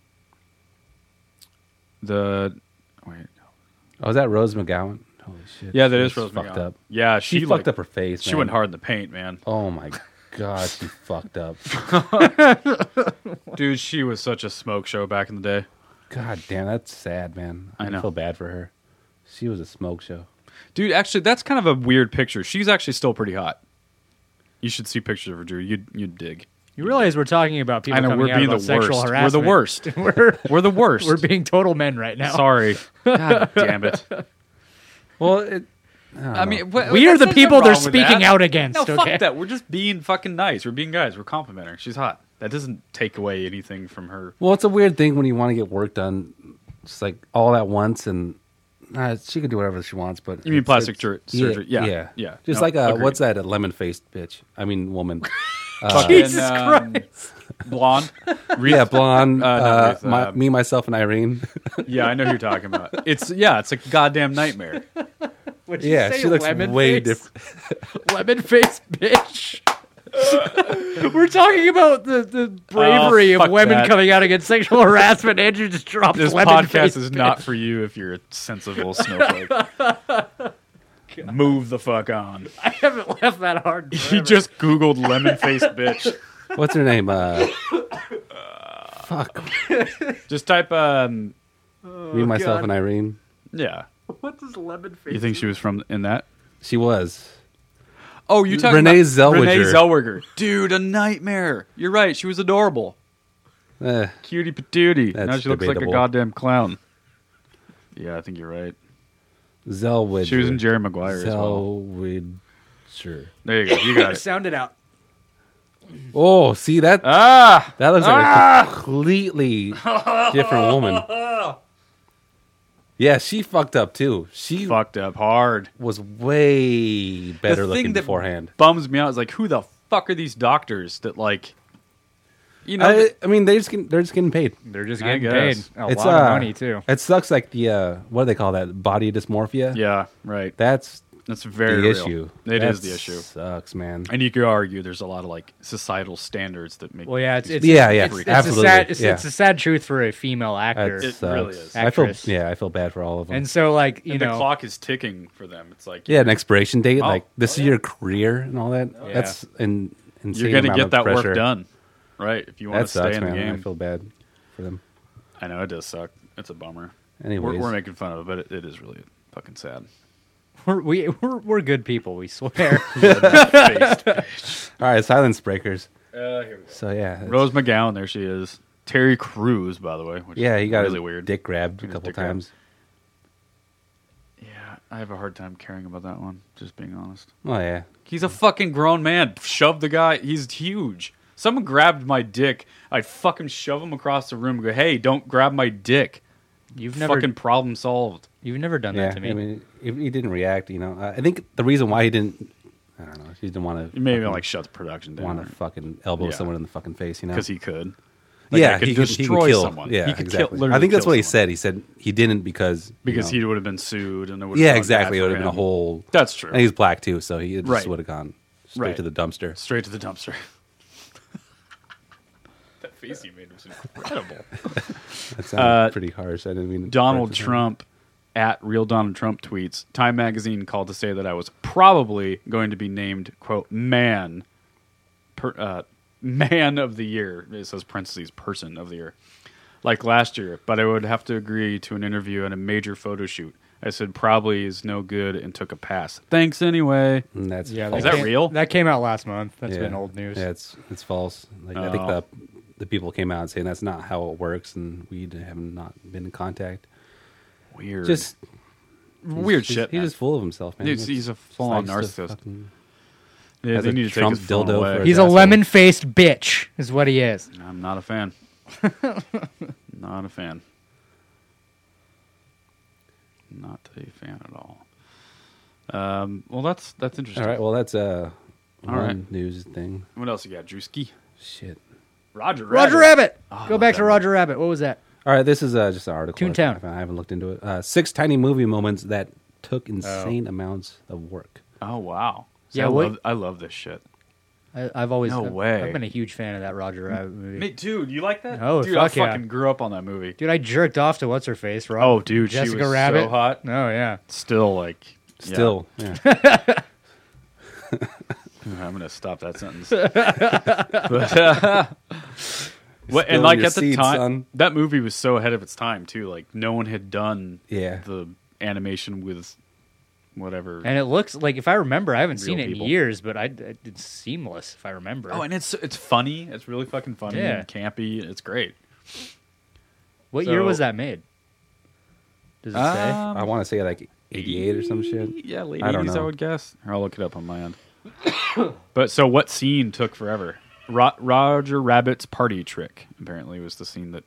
the wait, Oh, is that Rose McGowan? Holy shit. yeah, that is She's Rose Fucked McGowan. up. Yeah, She, she, fucked like, up her face. She man. went hard in the paint, man. Oh my god, she fucked up. Dude, she was such a smoke show back in the day. God damn, that's sad, man. I know. feel bad for her. She was a smoke show. Dude, actually, that's kind of a weird picture. She's actually still pretty hot. You should see pictures of her, Drew. You'd you'd dig. you realize we're talking about people I know coming we're out being the about sexual worst. We're the harassment. worst. we're We're the worst. we're being total men right now. Sorry. God damn it. Well, it, I mean, wha- We are that's the nothing people they're wrong with speaking that. out against. No, okay? fuck that. We're just being fucking nice. We're being guys. We're complimenting. her. She's hot. That doesn't take away anything from her. well, it's a weird thing when you want to get work done, just like all at once, and uh, she can do whatever she wants. But You mean it's- plastic it's- sur- yeah, surgery? Yeah, yeah, yeah. Just No, like a, agreed. what's that? A lemon faced bitch. I mean, woman. Jesus Christ. um, Blonde. Uh, yeah, blonde. Uh, Uh, no, Ruth, my- uh, me, myself, and Irene. Yeah, I know who you're talking about. It's yeah, it's a goddamn nightmare. Would you yeah, say she looks lemon way face? different. lemon face bitch. We're talking about the, the bravery fuck of women that. coming out against sexual harassment. Andrew just dropped This lemon face podcast is not bitch. for you if you're a sensible snowflake. Move the fuck on. I haven't laughed that hard. in He forever. just googled lemon faced bitch. What's her name? Uh, fuck. Just type um me, myself, God. and Irene. yeah. what does lemon face? You think she was from in that? She was. Oh, you talking Renee about Renee Zellweger. Zellweger. Dude, a nightmare. You're right. She was adorable. Eh, Cutie patootie. That's now she looks like a debatable. goddamn clown. Yeah, I think you're right. Zellweger. She was in Jerry Maguire as well. Zellweger. There you go. You got it. Sound it out. Oh, see that Ah, that looks like a completely different woman. Yeah, she fucked up too. She fucked up hard. was way the better thing looking that beforehand. Bums me out. Is like, who the fuck are these doctors that like, you know, I, I mean, they're just getting, they're just getting paid. They're just I getting paid guess. a It's, lot uh, of money too. It sucks. Like the uh, what do they call that? Body dysmorphia. yeah, right. that's That's very the real. issue. It That is the issue, Sucks, man. and you could argue there's a lot of like societal standards that make. Well, yeah, it's, it's Yeah, yeah, it's, it's absolutely, A sad, it's, yeah. it's a sad truth for a female actor. That It sucks. really is. I feel Actress. yeah, I feel bad for all of them. and so, like you and the know, clock is ticking for them. It's like, yeah, an expiration date. Oh. Like this is your career and all that. That's an insane. you're gonna amount get of that pressure. work done, right? If you want That to stay sucks, in the man. game. I feel bad for them. I know it does suck. It's a bummer. Anyways. We're, we're making fun of it, but it, it is really fucking sad. we're, we we're, we're good people. We swear. Faced. All right, silence breakers. Uh, here we go. So yeah, it's- Rose McGowan, there she is. Terry Crews, by the way. Which Yeah, he got really his weird. dick grabbed a His couple dick grabbed. times. Yeah, I have a hard time caring about that one. Just being honest. Oh yeah, He's a fucking grown man. Shove the guy. He's huge. Someone grabbed my dick. I'd fucking shove him across the room. and Go, hey, don't grab my dick. You've never Fucking problem solved. you've never done yeah. that to me. I mean, if he didn't react, you know, I I think the reason why he didn't, I don't know, he didn't want to. You made me like shut the production down. want to fucking elbow Yeah. someone in the fucking face, you know? because he could. Like, yeah, I could he could, he destroy could kill someone. Yeah, He could kill- exactly. literally I think that's kill what he someone. said. He said he didn't because you because know, he would have been sued and it would yeah, exactly. It would have been a whole. That's true. And he's black too, so he just Right. would have gone straight Right. to the dumpster. straight to the dumpster. that face he made was incredible. That sounded pretty harsh. I didn't mean to uh, Donald correct him. Trump at real Donald Trump tweets. Time magazine called to say that I was probably going to be named quote man per, uh, man of the year. It says parentheses person of the year, like last year. But I would have to agree to an interview and a major photo shoot. I said probably is no good and took a pass. Thanks anyway. And that's that false. Is that came- real? That came out last month. That's Yeah. been old news. Yeah, it's it's false. Like I think Oh. the the people came out saying that's not how it works, and we have not been in contact. Weird. Just weird he's- shit. He's man. just full of himself, man. Dude, It's- he's a it's full-on nice to narcissist. fucking- Yeah, has they a need to Trump take his phone dildo away. for a He's a asshole. lemon faced bitch, is what he is. I'm not a fan. not a fan. Not a fan at all. Um, well, that's that's interesting. All right, well that's uh All one right. news thing. What else you got, Drewski? Shit. Roger. Roger Rabbit. Oh, I Go love back that to movie. Roger Rabbit. What was that? All right, this is uh, just an article. Toontown. I found. I haven't looked into it. Uh, six tiny movie moments that took insane amounts of work. Oh wow. See, Yeah, I what- love I love this shit. I, I've always No I've, way. I've been a huge fan of that Roger Rabbit movie. Me, dude, you like that? Oh, dude, fuck I yeah. fucking grew up on that movie. Dude, I jerked off to what's her face, Rob. Oh, dude, she Jessica was so Rabbit. hot. Oh yeah, Still like yeah. Still, yeah. I'm gonna stop that sentence. But, uh, what- Still in and like your at the seed, time, son. that movie was so ahead of its time too. Like no one had done Yeah. the animation with whatever. and it looks like if I remember, I haven't seen it people. in years, but I it's seamless if I remember. oh, and it's it's funny. It's really fucking funny Yeah. and campy. and It's great. what year so- Uh, was that made? Does it say? I want to say like eighty-eight or some shit. Um, Yeah, late I don't 80s, I know. would guess. Or I'll look it up on my end. but so what scene took forever? Ro- Roger Rabbit's party trick apparently was the scene that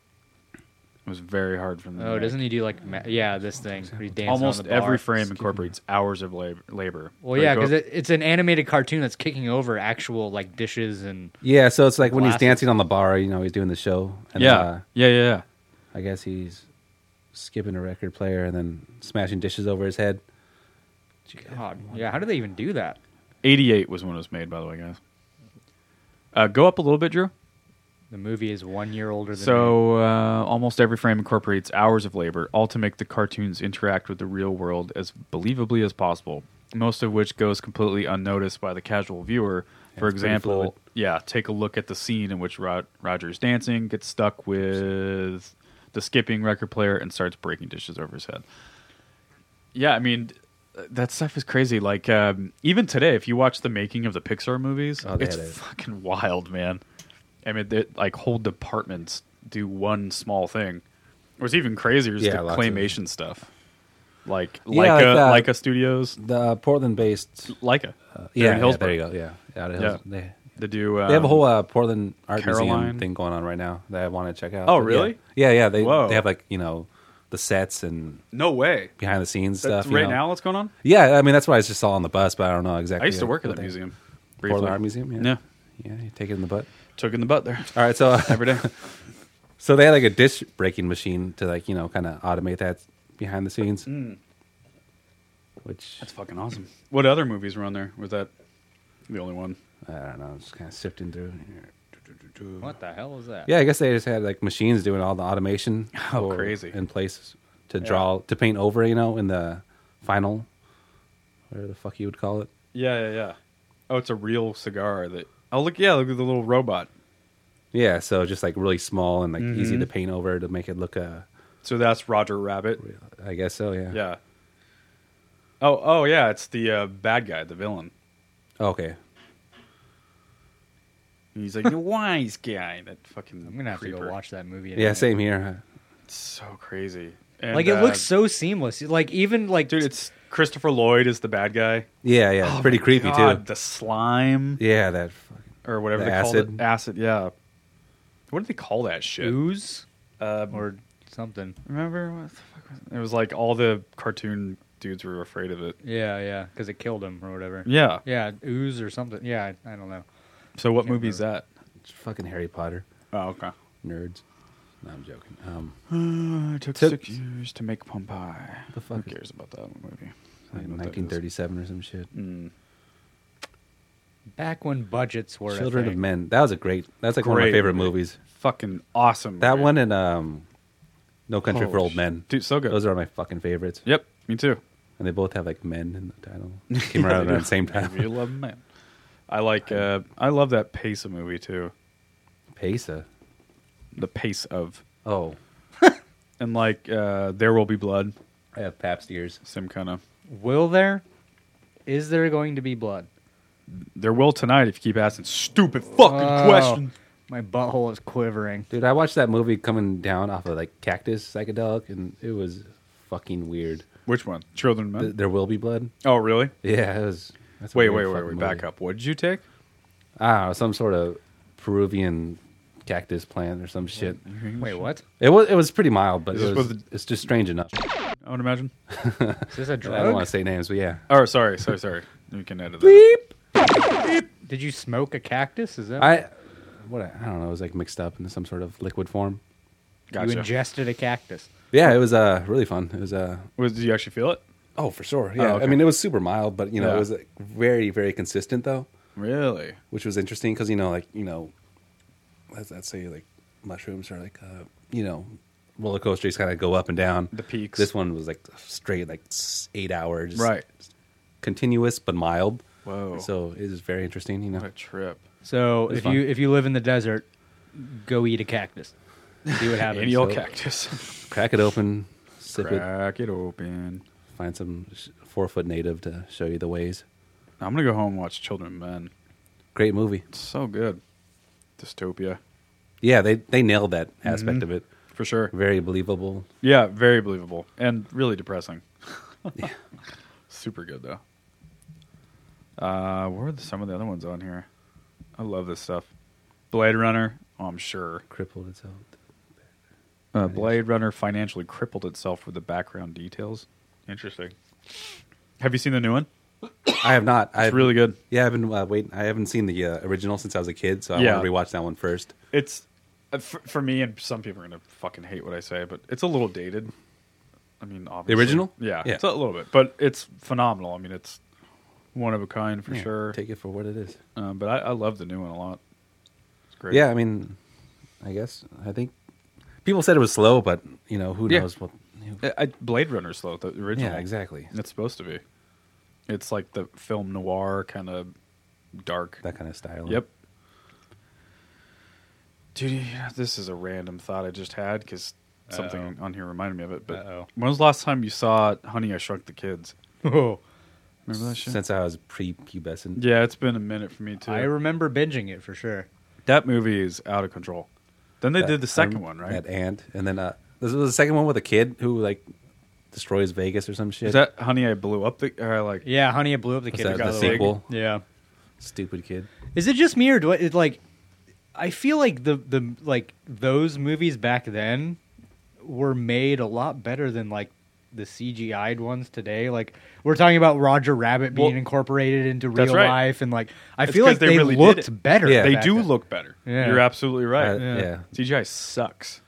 was very hard for them. to Oh, make. doesn't he do like ma- yeah this thing? where he dances on Almost the bar. every frame incorporates hours of lab- labor. Well, Like, yeah, go- because it, it's an animated cartoon that's kicking over actual like dishes and Yeah, so it's like when he's Glasses. dancing on the bar, you know, he's doing the show. And yeah, uh, yeah, yeah, yeah. I guess he's skipping a record player and then smashing dishes over his head. God, yeah. How do they even do that? 88 was when it was made, by the way, guys. Uh, go up a little bit, Drew. The movie is one year older than me. So uh, almost every frame incorporates hours of labor, all to make the cartoons interact with the real world as believably as possible. Most of which goes completely unnoticed by the casual viewer. For it's pretty fluid. example, yeah, take a look at the scene in which Rod- Roger's dancing, gets stuck with the skipping record player, and starts breaking dishes over his head. Yeah, I mean, that stuff is crazy. Like um, even today, if you watch the making of the Pixar movies, Oh, they it's had it. fucking wild, man. I mean, they, like whole departments do one small thing. What's even crazier is Yeah, the lots of- claymation stuff, like Yeah, Leica, like that. Leica Studios, The uh, Portland-based, Leica. uh, They're yeah, in yeah, Hillsborough. there you go, yeah, out of Hills- Yeah. They, They do. Um, they have a whole uh, Portland art museum Caroline. thing going on right now that I want to check out. Oh, But, really? Yeah, yeah. yeah, they Whoa. they have like you know the sets and no way. behind the scenes That's uh, stuff you right know. now, what's going on? Yeah, I mean that's what I just saw on the bus, but I don't know exactly. I used to what work at that they- museum. Portland briefly. Art Museum. Yeah. Yeah. yeah, you take it in the butt. took in the butt there All right, so uh, every day. So they had like a dish breaking machine to like you know kind of automate that behind the scenes, which Hmm. That's fucking awesome. What other movies were on there? Was that the only one? I don't know, just kind of sifting through. here. What the hell is that? Yeah, I guess they just had like machines doing all the automation. Oh, or- crazy. In place to draw to paint over, you know, in the final, whatever the fuck you would call it. Yeah, yeah, yeah. Oh, it's a real cigar that. Oh, look, yeah, look at the little robot. Yeah, so just like really small and like Mm-hmm. easy to paint over to make it look uh, So that's Roger Rabbit. I guess so. Yeah. Yeah. Oh, oh, yeah, it's the uh, bad guy, the villain. Oh, Okay. And he's like the wise guy. That fucking. I'm gonna have to creeper. go watch that movie. Yeah. anyway. Same here. It's so crazy. And, like it uh, looks so seamless. Like even like Dude, it's Christopher Lloyd is the bad guy. Yeah. Yeah. it's Oh pretty creepy Oh God, too. The slime Yeah. That. Fucking, or whatever The they call acid. it. Acid. Yeah. What did they call that shit? ooze Uh, or something. Remember what the fuck was it? was like all the cartoon dudes were afraid of it. Yeah, yeah, because it killed him or whatever. Yeah. yeah, ooze or something. Yeah, I, I don't know. So what Can't movie is that? it's fucking Harry Potter Oh, okay. nerds. No, I'm joking. Um. Uh, it took Took- six years to make Pompeii. The fuck Who is- cares about that movie? I Like don't know what that is. Mm, 1937 or some shit. Back when budgets were a Children of thing. Men. That was a great. That's like one of my Great favorite movie. movies. Fucking awesome. That movie. one and um, No Country for Holy Old Men. Dude, so good. Those are my fucking favorites. Yep, me too. And they both have like men in the title. Came around around the same You time. love man. I like. Uh, I love that pace of movie too. Pesa. The pace of Oh, and like uh, there will be blood. I have Pabst ears. Some kind of Will there? Is there going to be blood? there will tonight if you keep asking stupid fucking Oh, questions. My butthole is quivering. Dude, I watched that movie coming down off of like Cactus Psychedelic, and it was fucking weird. Which one? Children of Men. Th- There will be blood. oh, really? Yeah, it was. That's a Wait, wait, weird wait, fucking wait. Back movie. up. What did you take? I don't know, some sort of Peruvian cactus plant or some shit. Wait, what? It was it was pretty mild, but Is it this was, with it's just strange enough. I would imagine. Is this a I don't want drug? to say names, but yeah. Oh, sorry, sorry, sorry. You can edit that. Did you smoke a cactus? Is that? I what I, I don't know. It was like mixed up into some sort of liquid form. Gotcha. You ingested a cactus. Yeah, it was uh, really fun. It was uh, Was, did you actually feel it? oh for sure. Yeah, okay. I mean it was super mild, but you know Yeah. it was like, very very consistent though, Really? which was interesting because you know like you know, let's, let's say like mushrooms are like uh, you know roller coasters kind of go up and down. The peaks. This one was like straight like s- eight hours, Right. Continuous but mild. Whoa. So it is very interesting. You know, What a trip. So It's if fun. you if you live in the desert, go eat a cactus. See what happens. Annual so- cactus. crack it open, sip it, Crack it open. find some sh- four foot native to show you the ways. I'm gonna go home and watch Children of Men. Great movie. It's so good. Dystopia, Yeah, they they nailed that Mm-hmm. aspect of it. for sure. Very believable. Yeah, very believable and really depressing. Yeah. Super good though. Uh, where are the, some of the other ones on here? I love this stuff. Blade Runner. Oh, I'm sure. Crippled itself. Uh, Blade Runner financially crippled itself with the background details. Interesting. Have you seen the new one? I have not. It's I've, really good. Yeah, I've been uh, waiting. I haven't seen the uh, original since I was a kid, so I Yeah. want to rewatch that one first. It's uh, for, for me, and some people are gonna fucking hate what I say, but it's a little dated. I mean, obviously, original? yeah, Yeah. it's a little bit, but it's phenomenal. I mean, it's one of a kind for Yeah, sure. Take it for what it is. Um, but I, I love the new one a lot. It's great. Yeah, I mean, I guess I think people said it was slow, but you know who Yeah. knows what. you- I, I- Blade Runner's slow, the original. Yeah, exactly. It's supposed to be. It's like the film noir kind of dark. That kind of style. Yep. Dude, you know, this is a random thought I just had because something on here reminded me of it. But Uh-oh. when was the last time you saw Honey, I Shrunk the Kids? Oh, Remember that shit? Since I was pre-pubescent. yeah, it's been a minute for me too. I remember binging it for sure. that movie is out of control. Then they That- did the second um, one, right? That ant, and then uh, this was the second one with a kid who like destroys Vegas or some shit. Is that Honey, I Blew Up the? Or like, Yeah, honey, it blew up the Was kid. that who got the away. sequel? Yeah. stupid kid? Is it just me or do I, it like? I feel like the the like those movies back then were made a lot better than like the CGI'd ones today. Like we're talking about Roger Rabbit being Well, incorporated into that's real right. life, and like I It's feel 'cause like they they, really did looked it. better. Yeah. they back do then. look better. Yeah. You're absolutely right. Uh, yeah. yeah. CGI sucks.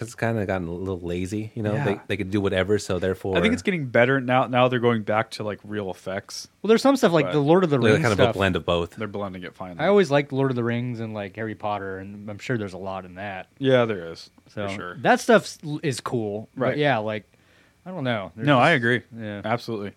It's kind of gotten a little lazy, you know. They Yeah. they could do whatever, so therefore, I think it's getting better now. Now they're going back to like real effects. Well, there's some stuff like But- the Lord of the They're Rings kind of stuff. a blend of both. They're blending it finally. I always liked Lord of the Rings and like Harry Potter, and I'm sure there's a lot in that. yeah, there is So for sure. that stuff is cool, But Right. yeah, like I don't know. There's no, just- I agree. yeah. absolutely.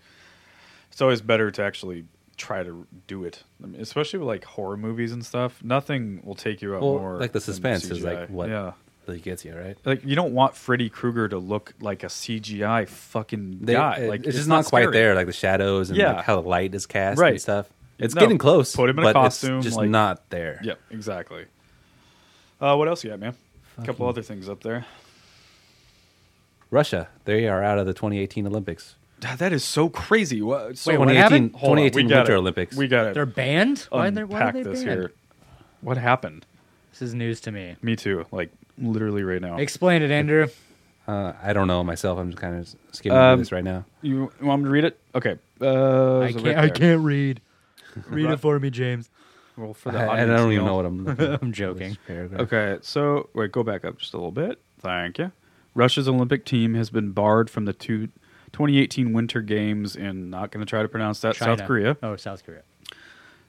It's always better to actually try to do it, I mean, especially with like horror movies and stuff. Nothing will take you out Well, more. like the than suspense is CGI. like what Yeah. really gets you, right? Like you don't want Freddy Krueger to look like a CGI fucking They, guy. it- Like it's, just not, quite scary. there, like the shadows and Yeah. like how the light is cast Right. and stuff. It's No, getting close. put him in a but it's costume, just like- not there. Yep, exactly. Uh, what else you got, man? A couple other things up there. Russia, they are out of the 2018 Olympics. God, that is so crazy. What, so Wait, what 2018, happened? Hold on, we 2018 gotta- Winter Olympics. We got They're to banned. Why they, why are unpack they this banned? here. What happened? This is news to me. Me too. Like literally right now. Explain it, Andrew. Uh, I don't know myself. I'm just kind of skimming Um, through this right now. you, you want me to read it? Okay. Uh, I is it can't. right I there? can't read. read it for me, James. Well, for the I, I audience, don't you'll- even know what I'm. looking at. I'm joking. Okay, so wait, go back up just a little bit. Thank you. Russia's Olympic team has been barred from the two, 2018 Winter Games in not going to try to pronounce that South China. Korea. Oh, South Korea.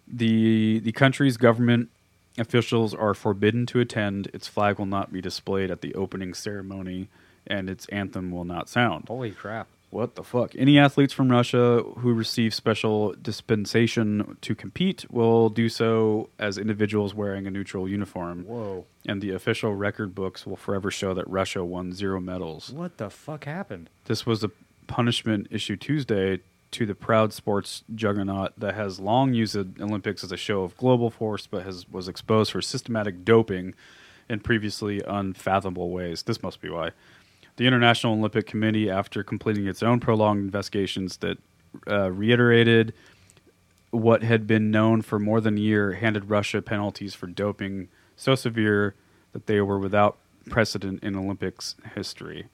The the country's government officials are forbidden to attend. Its flag will not be displayed at the opening ceremony, and its anthem will not sound. Holy crap! What the fuck? Any athletes from Russia who receive special dispensation to compete will do so as individuals wearing a neutral uniform. Whoa! And the official record books will forever show that Russia won zero medals. What the fuck happened? This was a punishment issued Tuesday to the proud sports juggernaut that has long used the Olympics as a show of global force, but has was exposed for systematic doping in previously unfathomable ways. This must be why. The International Olympic Committee, after completing its own prolonged investigations that uh, reiterated what had been known for more than a year, handed Russia penalties for doping so severe that they were without precedent in Olympics history.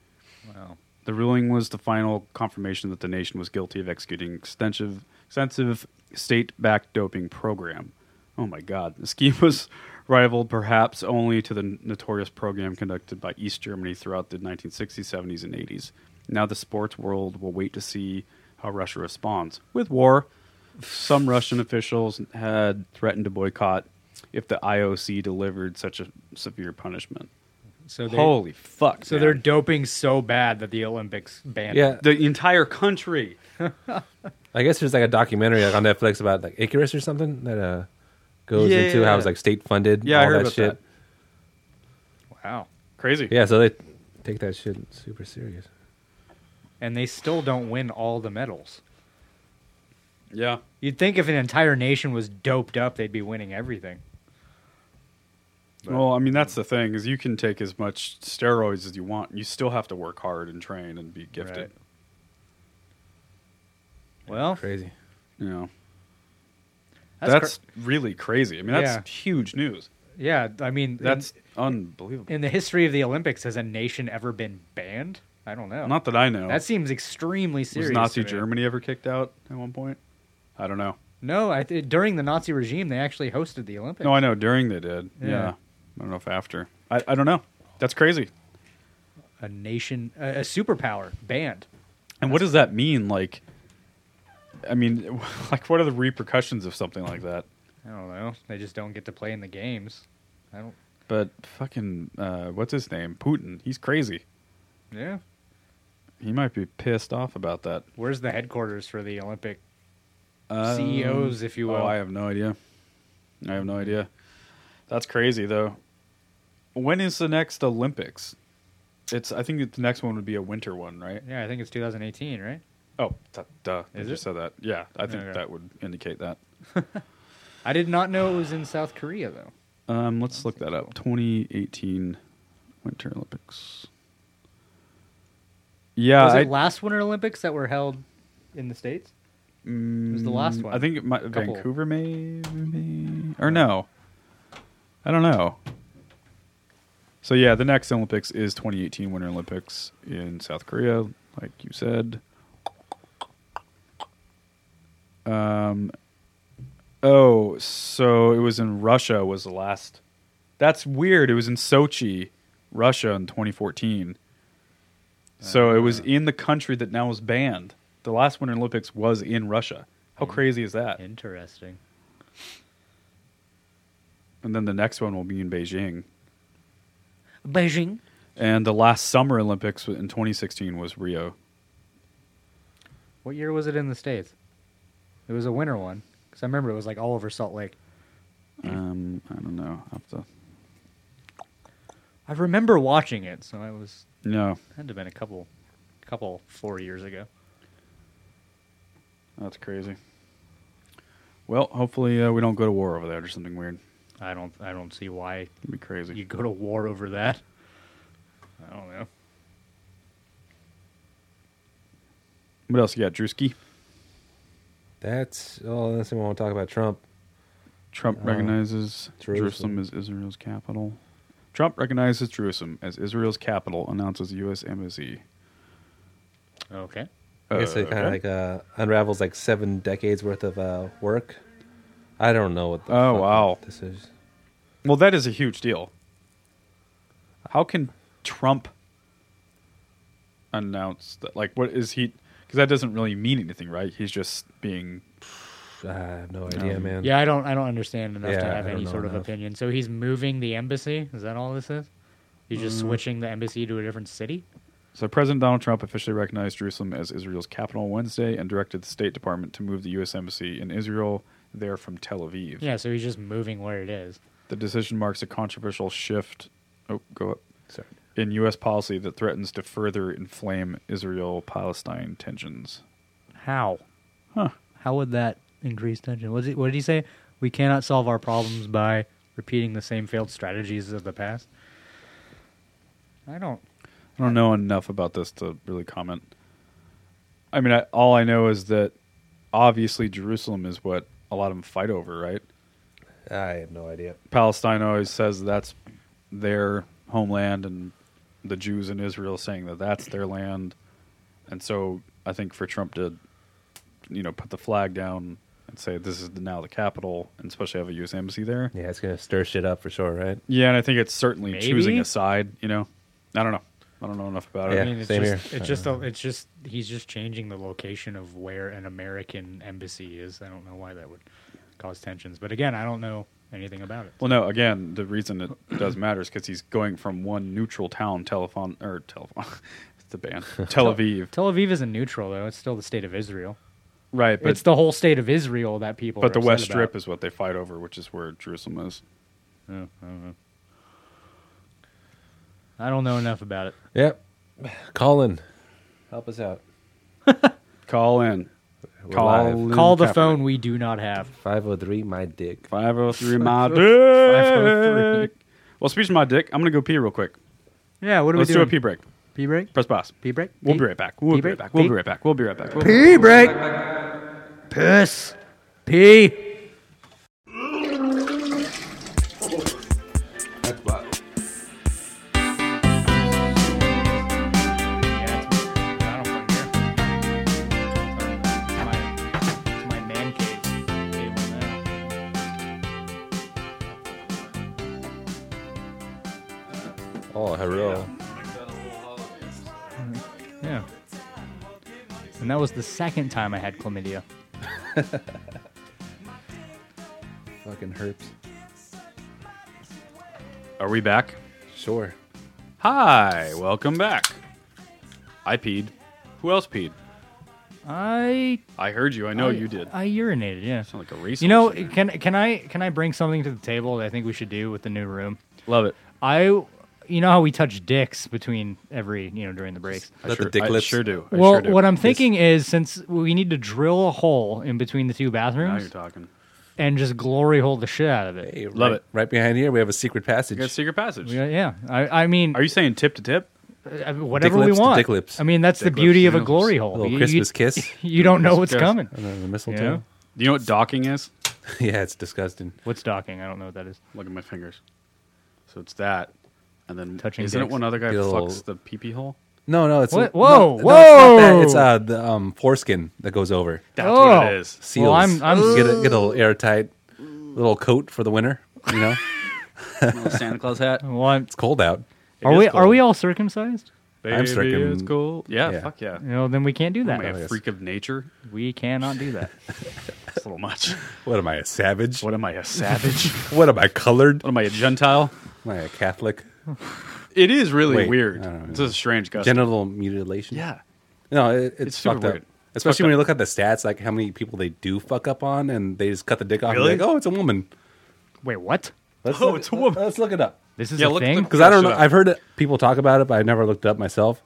Wow. The ruling was the final confirmation that the nation was guilty of executing extensive, extensive state-backed doping program. Oh my God! The scheme was rivaled perhaps only to the notorious program conducted by East Germany throughout the 1960s, 70s, and 80s. Now the sports world will wait to see how Russia responds. With war, some Russian officials had threatened to boycott if the IOC delivered such a severe punishment. So they, Holy fuck. so man. they're doping so bad that the Olympics banned. it. Yeah, the entire country. I guess there's like a documentary like on Netflix about like Icarus or something that uh goes Yeah, into yeah, how it's yeah. like state funded. Yeah, I all heard that about shit. Wow. Crazy. Yeah, so they take that shit super serious. And they still don't win all the medals. Yeah. You'd think if an entire nation was doped up, they'd be winning everything. Well, I mean that's the thing is you can take as much steroids as you want, you still have to work hard and train and be gifted. Right. Well, Crazy. You know. That's That's, really crazy. I mean that's huge news. yeah. I mean, That's unbelievable. in, in the history of the Olympics, has a nation ever been banned? I don't know. Not that I know. that seems extremely serious. was Nazi to me. Germany ever kicked out at one point? I don't know. No, I th- during the Nazi regime, they actually hosted the Olympics. No, I know during they did. Yeah. Yeah. I don't know if after. I, I don't know. That's crazy. a nation, a, a superpower banned. And what does that mean? Like, I mean, like, what are the repercussions of something like that? I don't know. They just don't get to play in the games. I don't. But fucking, uh, what's his name? Putin. He's crazy. Yeah. He might be pissed off about that. Where's the headquarters for the Olympic CEOs, if E you will? Um, Oh, I have no idea. I have no idea. That's crazy, though. When is the next Olympics? It's. I think the next one would be a winter one, right? yeah, I think it's 2018, right? Oh, duh. duh. I Is just it? said that. Yeah, I think Okay. that would indicate that. I did not know it was in South Korea though. Um, let's look that up. 2018 Winter Olympics. Yeah, was I, it last Winter Olympics that were held in the states? it was the last one. Mm, I think it might, Couple. Vancouver, maybe, or no. I don't know. So yeah, the next Olympics is 2018 Winter Olympics in South Korea, like you said. Um. Oh, so it was in Russia. Was the last. That's weird. It was in Sochi, Russia, in 2014. So it was in the country that now is banned. The last Winter Olympics was in Russia. How crazy is that? Interesting. And then the next one will be in Beijing. Beijing. And the last Summer Olympics in 2016 was Rio. What year was it in the states? It was a winter one because I remember it was like all over Salt Lake. Um, I don't know. I have to, I remember watching it, so I was no, had to have been a couple, couple four years ago. that's crazy. Well, hopefully uh, we don't go to war over that or something weird. I don't, I don't see why It'd be crazy. you go to war over that. I don't know. what else you got, Drewski? That's oh, that's the one I want to talk about. Trump. Trump Uh, recognizes Jerusalem. Jerusalem. as Israel's capital. Trump recognizes Jerusalem as Israel's capital, announces U.S. embassy. Okay. I guess it kind of like uh, unravels like seven decades worth of uh, work. I don't know what. the Oh, fuck wow. This is Well, that is a huge deal. How can Trump announce that? Like, what is he? Because that doesn't really mean anything, right? He's just being. I have no idea, Um, man. Yeah, I don't, I don't understand enough to Yeah, have I any don't know sort of enough. opinion. So he's moving the embassy. Is that all this is? He's Mm. just switching the embassy to a different city. So, President Donald Trump officially recognized Jerusalem as Israel's capital Wednesday and directed the State Department to move the U.S. Embassy in Israel there from Tel Aviv. Yeah, so he's just moving where it is. The decision marks a controversial shift. Oh, go up. Sorry. In U.S. policy that threatens to further inflame Israel Palestine tensions. How? Huh. How would that increase tension? What did, what did he say? We cannot solve our problems by repeating the same failed strategies of the past. I don't. I don't know enough about this to really comment. I mean, I, all I know is that obviously Jerusalem is what a lot of them fight over, right? I have no idea. Palestine always says that's their homeland, and the Jews in Israel saying that that's their land. And so I think for Trump to, you know, put the flag down and and say this is now the capital, and especially have a U.S. embassy there. Yeah, it's gonna stir shit up for sure, right? Yeah, and I think it's certainly Maybe? choosing a side. You know, I don't know. I don't know enough about Yeah, it. I mean, it's same just, here. It's just, a, it's just, he's just changing the location of where an American embassy is. I don't know why that would cause tensions, but again, I don't know anything about it. Well, no. Again, the reason it does matter is because he's going from one neutral town, telephone or telephone. it's the band Tel Aviv, Tel Aviv isn't neutral though; it's still the state of Israel. right? But it's the whole state of Israel that people. but the West Strip is what they fight over, which is where Jerusalem is. I don't know enough about it. Yep. Colin, help us out. Call in. We're Call live. in Call the Kaepernick. phone we do not have. 503, my dick. 503 my dick. 503. Well, speaking of my dick, I'm going to go pee real quick. Yeah, what do Let's we do doing? a pee break. Pee break. Press pause. Pee break. We'll Pee? be right back. We'll Pee be right break? back. We'll Pee? be right back. We'll be right back. We'll be- Pee break. Piss. Pee. Oh, hello. Yeah. And that was the second time I had chlamydia. Fucking herps. Are we back? Sure. Hi. Welcome back. I peed. Who else peed? I I heard you. I know I- Oh, you did. I urinated. Yeah. Sound like a racist. You know, can can I can I bring something to the table that I think we should do with the new room? love it. I, you know how we touch dicks between every you know during the breaks. I Let the sure, dick I lips- sure do. I well, sure do. what I'm thinking is since we need to drill a hole in between the two Now bathrooms you're talking. and just glory hole the shit out of it. Hey, Love right, it. Right behind here, we have a secret passage. You got secret passage. Yeah, yeah. I, I mean, Are you saying tip to tip? uh, whatever dick we lips to want. dick lips. I mean, that's the Dick beauty lips. of a glory hole. a little You- Christmas you, kiss. You don't know what's kiss. coming. and then the Yeah. mistletoe. Do you know what docking is? Yeah. it's disgusting. What's docking? I don't know what that is. Look at my fingers. So it's that, and then Touching Isn't dicks. it when other guy Get a little- fucks the pee pee hole? No, no, it's What? no, Whoa, no, it's, not that. whoa. it's uh the um foreskin that goes over. That's Oh. what it is. Seals. Well, I'm- I'm- get a, get a little airtight little coat for the winter. You know, Santa Claus hat. Well, I'm- it's cold out. are is we are cold. we all circumcised? I'm stricken- It's cool. Yeah, yeah. fuck yeah. You know, then we can't do that. Am I a freak of nature? We cannot do that. That's a little much. What am I, a savage? What, What am I, a savage? am I, colored? what am I, a Gentile? Am I a Catholic? It is really Wait, weird. I don't know. This is a strange custom. Genital mutilation? yeah. No, it, it's, It's super fucked up. weird. It's Especially fucked when up. you look at the stats, like how many people they do fuck up on, and they just cut the dick off. Really? And be like, oh, it's a woman. Wait, what? Let's Oh, look- it's a woman. Let's look it up. This is Yeah, a look at thing. the- Because I don't Yeah, know. shut up. I've heard it- people talk about it, but I never looked it up myself.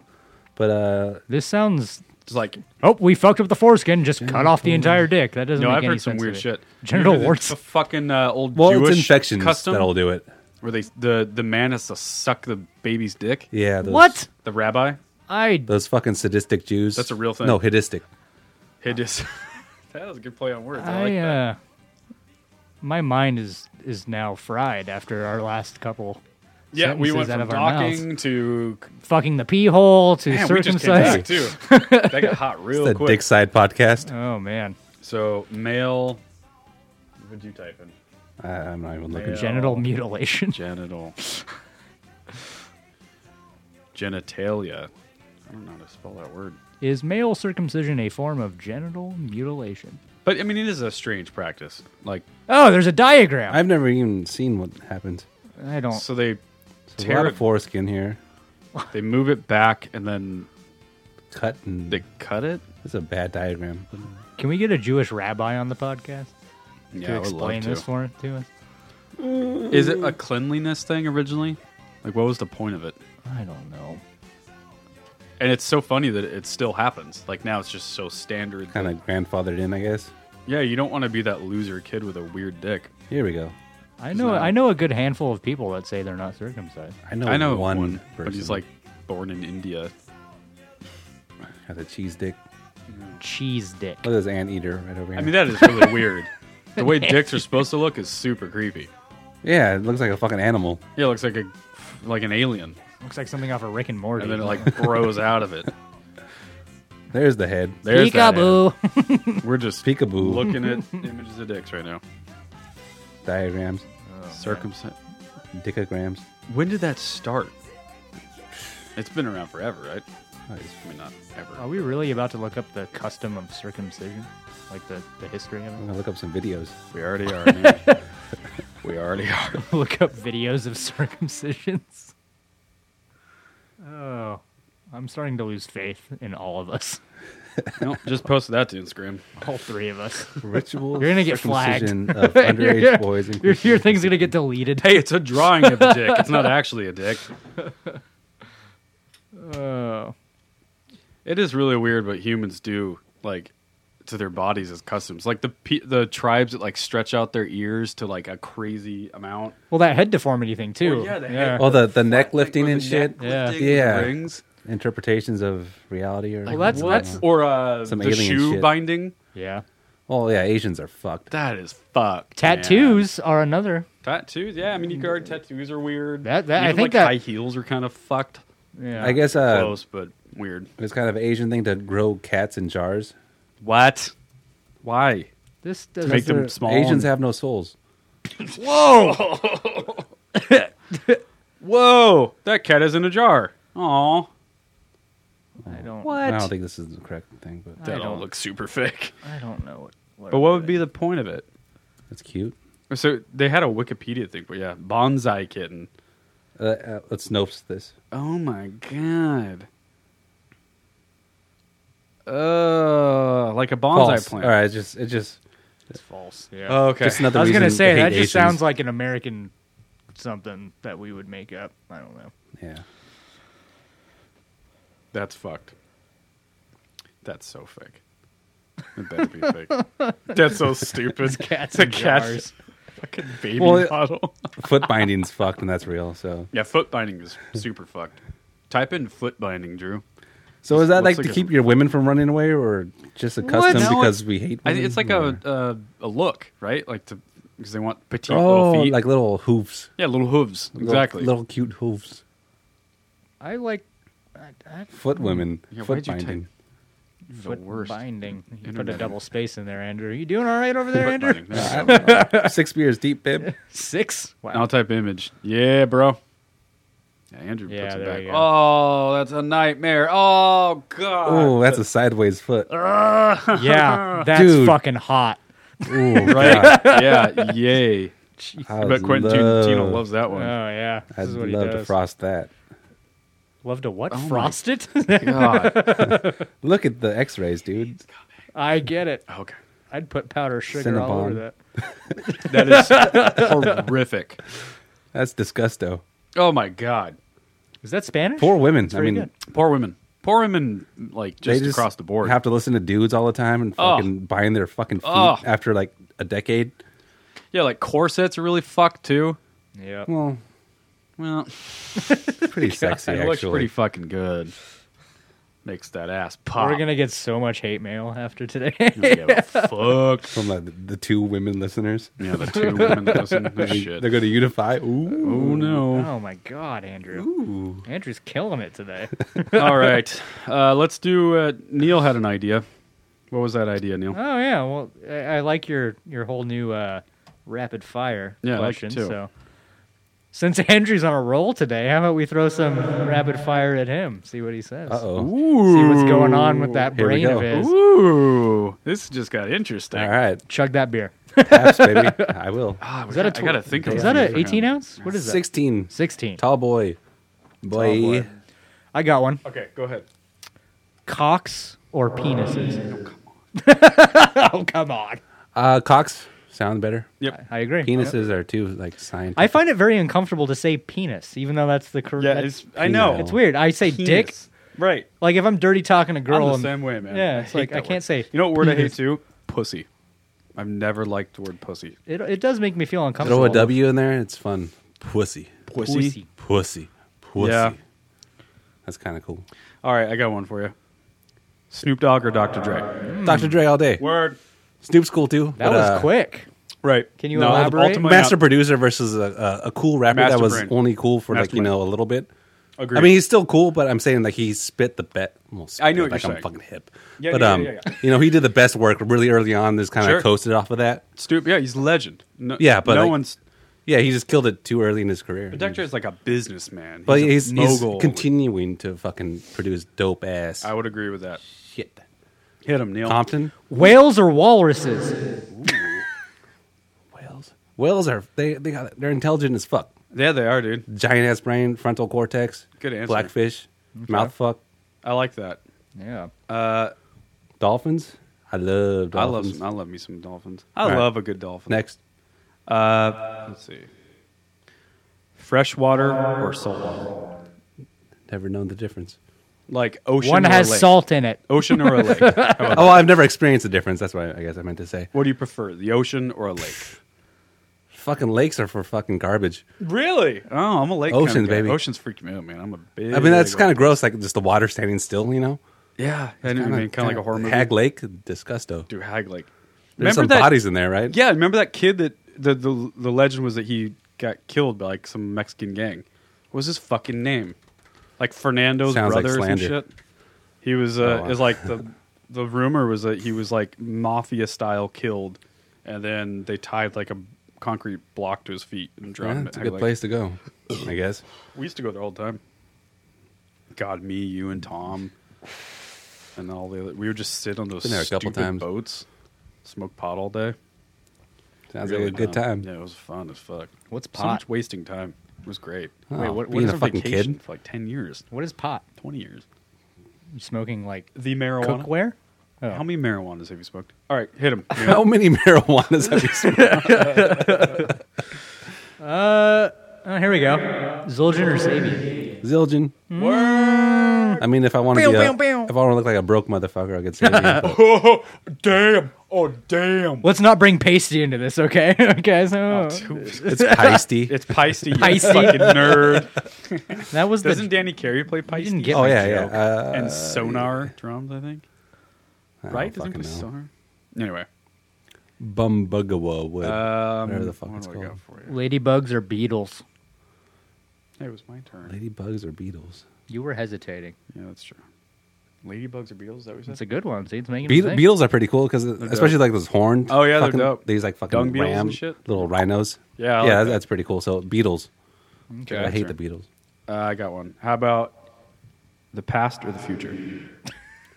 But uh, This sounds. It's like, no, Oh, we fucked up the foreskin. Just cut off the entire dick. That doesn't. make I've any heard some sense to weird me. shit. Genital You know, warts. The fucking uh, old well, Jewish it's infections custom that'll do it. where they the the man has to suck the baby's dick. Yeah. Those, What? The rabbi. I Those fucking sadistic Jews. That's a real thing. No, hedistic. He just. that was a good play on words. I, I, like that. uh, my mind is is now fried after our last couple. Yeah, we went sentences out from of our mouths. docking to Fucking the pee hole to man, we just came back circumcised. too. that got hot real The quick. Dick Side podcast. Oh man, So male. What'd you type in? I, Uh, I'm not even looking. Yeah. genital mutilation. Genital. Genitalia. I don't know how to spell that word. Is male circumcision a form of genital mutilation? But I mean, it is a strange practice. Like, Oh, there's a diagram. I've never even seen what happened. I, don't. so they There's a tear lot it, of foreskin here. they move it back, and then Cut and they cut it. it's a bad diagram. Can we get a Jewish rabbi on the podcast Yeah, to explain this for to us? Is it a cleanliness thing originally? Like, what was the point of it? I don't know. And it's so funny that it still happens. Like now, it's just so standard. Kind of grandfathered in, I guess. Yeah, you don't want to be that loser kid with a weird dick. Here we go. I know. I know a good handful of people that say they're not circumcised. I know, I know one, one, person. but he's like born in India. has a cheese dick. Cheese dick. Look at this anteater right over here. I mean, that is really weird. The way dicks are supposed to look is super creepy. yeah, it looks like a fucking animal. Yeah, it looks like a like an alien, Looks like something off of Rick and Morty. and then it like grows out of it. There's the head. There's that ad. Peekaboo. We're just Peekaboo looking at images of dicks right now. diagrams, Circumcised. dickograms. When did that start? It's been around forever, right? Nice. I mean, not ever. Are we really about to look up the custom of circumcision? Like the, the history of I'm gonna look up some videos. We already are. man. we already are. it? look up videos of circumcisions. Oh, I'm starting to lose faith in all of us. No, just post that to Instagram. All three of us. Ritual. You're gonna get flagged. circumcision of underage boys. And Your, your thing's going to get deleted. Hey, it's a drawing of a dick. It's not actually a dick. Oh. It is really weird what humans do, like to their bodies as customs. Like the pe- the tribes that like stretch out their ears to like a crazy amount. Well, that head deformity thing, too. yeah, the head- Oh, the the neck lifting and shit. Yeah. lifting yeah. Rings. Interpretations of reality or Well, that's- I don't that's- know. Or uh, Some the alien shoe shit. binding. yeah. Oh yeah, Asians are fucked. That is fucked. man. Tattoos are another. Tattoos, yeah. I mean, you guard tattoos are weird. That- that- I Even, think like, that- high heels are kind of fucked. Yeah. I guess uh, Close, but weird. it's kind of an Asian thing to grow cats in jars. What? Why? This doesn't Make them They're- small Asians and- have no souls. Whoa! That cat is in a jar. Aw. I don't. I don't think this is the correct thing, but I That all don't- looks super fake. I don't know. What, But what would be the point of it? it's cute. So they had a Wikipedia thing, but yeah, bonsai kitten. Uh, uh, let's nopes this. Oh my god. Uh, like a bonsai False. plant. All right, it's just it's just It's false. Yeah. Oh, okay. just another I was Uh, reason gonna to say hate that just Asians. sounds like an American something that we would make up. I don't know. yeah. That's fucked. That's so fake. It better be fake. That's so stupid. Cats The in cat- jars. Fucking baby Well, it- model. Foot binding's fucked, and that's real. So Yeah, foot binding is super fucked. Type in foot binding, Drew. so is Looks that like, like to a- keep your women from running away, or just a custom No, because it's- we hate? I Women, think it's like or- a a, a look, right? Like to because they want petite oh, little feet, like little hooves. yeah, little hooves, exactly. Little, little cute hooves. I like I, I, Foot women. Yeah, foot why'd you type- binding. the foot worst. binding. You put a Internet. double space in there, Andrew. You doing all right over there, Foot Andrew? binding. There you go. Six beers deep, babe. Six. Wow. I'll type image. Yeah, bro. Yeah, Andrew Yeah, puts it there back. you go. Oh, that's a nightmare. Oh god. Oh, that's a sideways foot. yeah, that's Dude. fucking hot. Ooh, right. yeah. Yay. I bet Quentin love, Tarantino loves that Oh one. yeah, this I'd is what love he does. to frost that. Love to what? Oh my- Frost it? God. Look at the X-rays, dude. I get it. Okay. I'd put powder sugar all Cinnabon. over that. That is horrific. That's disgusto. Oh my god. Is that Spanish? Poor women. I very mean, good. Poor women. Poor women like they just, across the board. have to listen to dudes all the time and Ugh. fucking buying their fucking feet Ugh. after like a decade. yeah, like corsets are really fucked too. Yeah. Well, Well, pretty sexy it actually. looks pretty fucking good. Makes that ass pop. We're gonna get so much hate mail after today. I don't give a fuck. From the, the two women listeners, Yeah, the two women that listen to this shit. they're going to unify. Ooh, Oh no. oh my god, Andrew. Andrew's killing it today. Oh. All right. Uh, let's do. Uh, Neil had an idea. What was that idea, Neil? Oh yeah, well, I, I like your your whole new uh, rapid fire Yeah, I like it question. too. So, since Andrew's on a roll today, how about we throw some rapid fire at him? See what he says. uh oh. Ooh. See what's going on with that Here we brain of go. his. Ooh. This just got interesting. All right, Chug that beer. taps, baby. I will. Ah, Is that a I gotta tw- think of Is that a a 18 ounce? What is that? Sixteen. 16. Tall boy. Boy. boy. I got one. Okay, go ahead. Cocks or penises? Oh come on. Uh, cocks sound better. Yep. I agree. Penises are too like scientific. I find it very uncomfortable to say penis, even though that's the correct. Yeah, that's- it's, I know. It's it's weird. I say dick. Penis. Right. Like if I'm dirty talking to a I'm girl, the and- same way, man. Yeah, I it's hate like I that can't word. say. You know what word I hate penis. too? Pussy. I've never liked the word pussy. It, it does make me feel uncomfortable. Throw a W in there. It's fun. Pussy. Pussy. Pussy. Pussy. Pussy. Yeah. That's kind of cool. All right, I got one for you. Snoop Dogg or Dr. Dre? Dr. Dre all day. Word. Snoop's cool too. That but, was uh, quick. Right. Can you No, elaborate? ultimately not- Master producer versus a, a, a cool rapper Master that was brain. only cool for Master like you know a little bit. Agreed. I mean, he's still cool, but I'm saying like he spit the bet. Well, spit, I know what like you're I'm saying. fucking hip. Yeah, but yeah, yeah, um, yeah, yeah. you know, he did the best work really early on. Just kind of Sure. coasted off of that. Stoop, yeah, he's a legend. No, Yeah, but, no like, one's. Yeah, he just killed it too early in his career. But Dexter is like a businessman. But he's, he's, a he's mogul. continuing to fucking produce dope ass I would agree with that. shit. Hit him, Neil. Compton, Whales or walruses? whales. Whales are they they got they're intelligent as fuck. Yeah, they are, dude. Giant ass brain, frontal cortex, Good answer. blackfish, mouth fuck, I like that. Yeah. dolphins. I love dolphins. I love. Some, I love me some dolphins. I All right. love a good dolphin. Next, Let's see. Freshwater or saltwater? never known the difference. Like ocean. One or has lake. salt in it. Ocean or a lake? How about that? Oh, I've never experienced the difference. That's what I I guess I meant to say. What do you prefer, the ocean or a lake? Fucking lakes are for fucking garbage. really? Oh, I'm a lake. Ocean, kind of guy. baby. Oceans freak me out, man. I'm a big. I mean, that's kind of gross. Like just the water standing still, you know. Yeah, I know what you mean. Kind of like a horror movie. Hag Lake, disgusto. Dude, Hag Lake. There's some that? bodies in there, right? Yeah, remember that kid that the, the the legend was that he got killed by like some Mexican gang. What was his fucking name? Like Fernando's Sounds like brothers and slander. shit. He was uh, Oh, is like the the rumor was that he was like mafia style killed, and then they tied like a concrete block to his feet and drowned. him Yeah, at it's a Hag good Lake. place to go, I guess. We used to go there all the time. God, me, you, and Tom, and all the other. We would just sit on those Been there a couple stupid times. boats, smoke pot all day. Sounds Really like a good dumb. time. Yeah, it was fun as fuck. What's So pot? much wasting time. It was great. Oh, Wait, what, what being is a our fucking vacation kid? for like 10 years, What is pot? 20 years? You smoking like The marijuana. cookware? Oh. How many marijuanas have you smoked? All right, hit him. How many marijuanas have you smoked? Oh, here we go. Zildjian or Sabian? Zildjian. I mean, if I want to be, a, if I want to look like a broke motherfucker, I could say. that, but damn. Oh, damn. Let's not bring pasty into this, okay? okay, Oh, so it's Heisty. It's Peisty, you Peisty. fucking nerd. that was the Doesn't Danny Carey play Peisty? didn't get Oh my yeah, yeah. joke. Uh, and sonar drums, I think. I don't right? Doesn't he fucking play know. sonar? Anyway. Bumbagawa wood. Um, Whatever the fuck what it's do I got called. for you? ladybugs or beetles. Hey, it was my turn. Ladybugs or beetles? You were hesitating. yeah, that's true. Ladybugs or beetles? Is that what you It's said? a good one. See, it's making me Beetle, think. beetles are pretty cool because especially like those horned. Oh, yeah, they're fucking- dope. These like fucking Dung beetles ram and shit? little rhinos. Yeah, I like yeah, that's, that. that's pretty cool. So beetles. Okay, I hate sure. the beetles. Uh, I got one. How about the past or the future?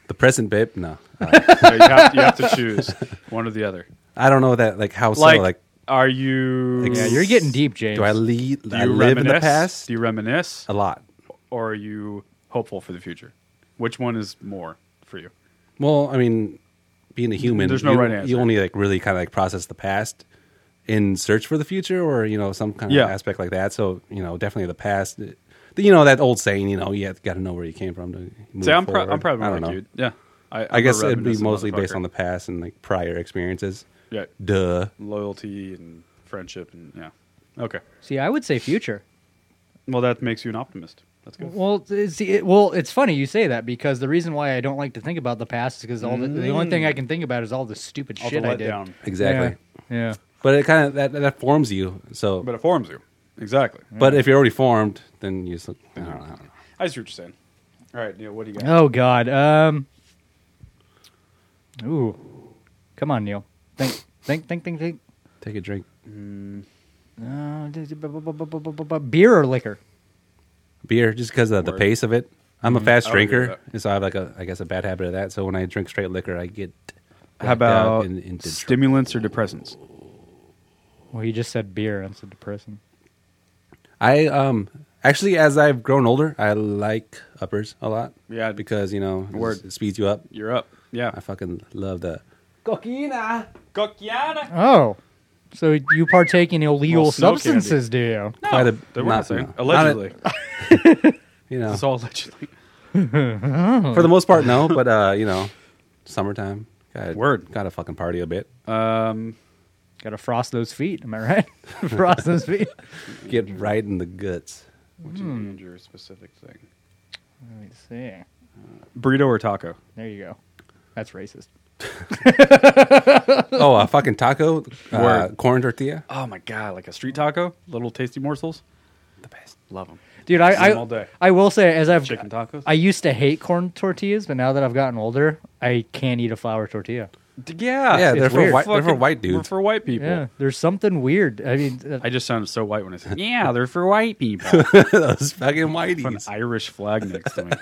The present, babe. No, Uh, So you, have, you have to choose one or the other. I don't know that. Like how so? Like, Like, are you? Like, Yeah, you're getting deep, James. do I, lead, do I you live in the reminisce? past? Uh, Do you reminisce, a lot. or are you hopeful for the future? Which one is more for you? Well, I mean, being a human, There's no you, right answer. You only like really kind of like process the past in search for the future, or you know, some kind of Yeah. aspect like that. So you know, definitely the past. It- You know that old saying, you know, you got to know where you came from to move See, I'm, pro- forward. I'm probably I more don't like know. you. Yeah, I, I I'm a guess it'd be reminiscent mostly based motherfucker. on the past and like prior experiences. yeah Duh. loyalty and friendship and yeah. Okay, See, I would say future. well that makes you an optimist. That's good. Well, t- see, it, well, it's funny you say that because the reason why I don't like to think about the past is because all the, the only thing I can think about is all the stupid All the shit I did. letdown. Exactly. Yeah. yeah. But it kind of that that forms you. So, but but, it forms you exactly. if you're already formed, then you just look. I don't know. I Mm-hmm. don't know. I see what you're saying. All right, Neil, what do you got? Oh God. Um. Ooh. Come on, Neil. Think. Think. Think. Think. Think. Take a drink. Uh, d- d- bu- bu- bu- bu- bu- bu- bu- bu- beer or liquor? beer just because of the Word. Mm-hmm. pace of it. I'm a fast I would agree drinker, with that. and so I have like a, I guess, a bad habit of that. So when I drink straight liquor, I get blacked How out about and into tr- stimulants or depressants? Well, you just said beer. That's a depressing. I um actually, as I've grown older, I like uppers a lot. Yeah. because you know, it Word. just- it speeds you up. You're up. I Yeah. fucking love the. Coquiana. Oh, so you partake in illegal Well, snow substances, do you? quite a, They were not- not saying. no. Allegedly. Not a- you know, It's all allegedly. for the most part, no. But uh, you know, summertime, gotta, Word. Uh, gotta fucking party a bit, Got to frost those feet. Am I right? frost those feet. get right in the guts. Which Hmm. is your specific thing. Let me see. Burrito or taco? There you go. That's racist. Oh, a fucking taco, uh, Word. corn tortilla. Oh my god, like a street taco? Little tasty morsels? The best. Love them. Dude, I Same all I, day. I will say as I've Chicken tacos? I used to hate corn tortillas, but now that I've gotten older, I can't eat a flour tortilla. Yeah, Yeah, Ah, it's they're for weird. white- they're for Fucking- white dudes. For white people. Yeah, there's something weird. I mean, uh, I just sounded so white when I said, "Yeah, they're for white people." Those fucking Put an whiteys. Irish flag next to me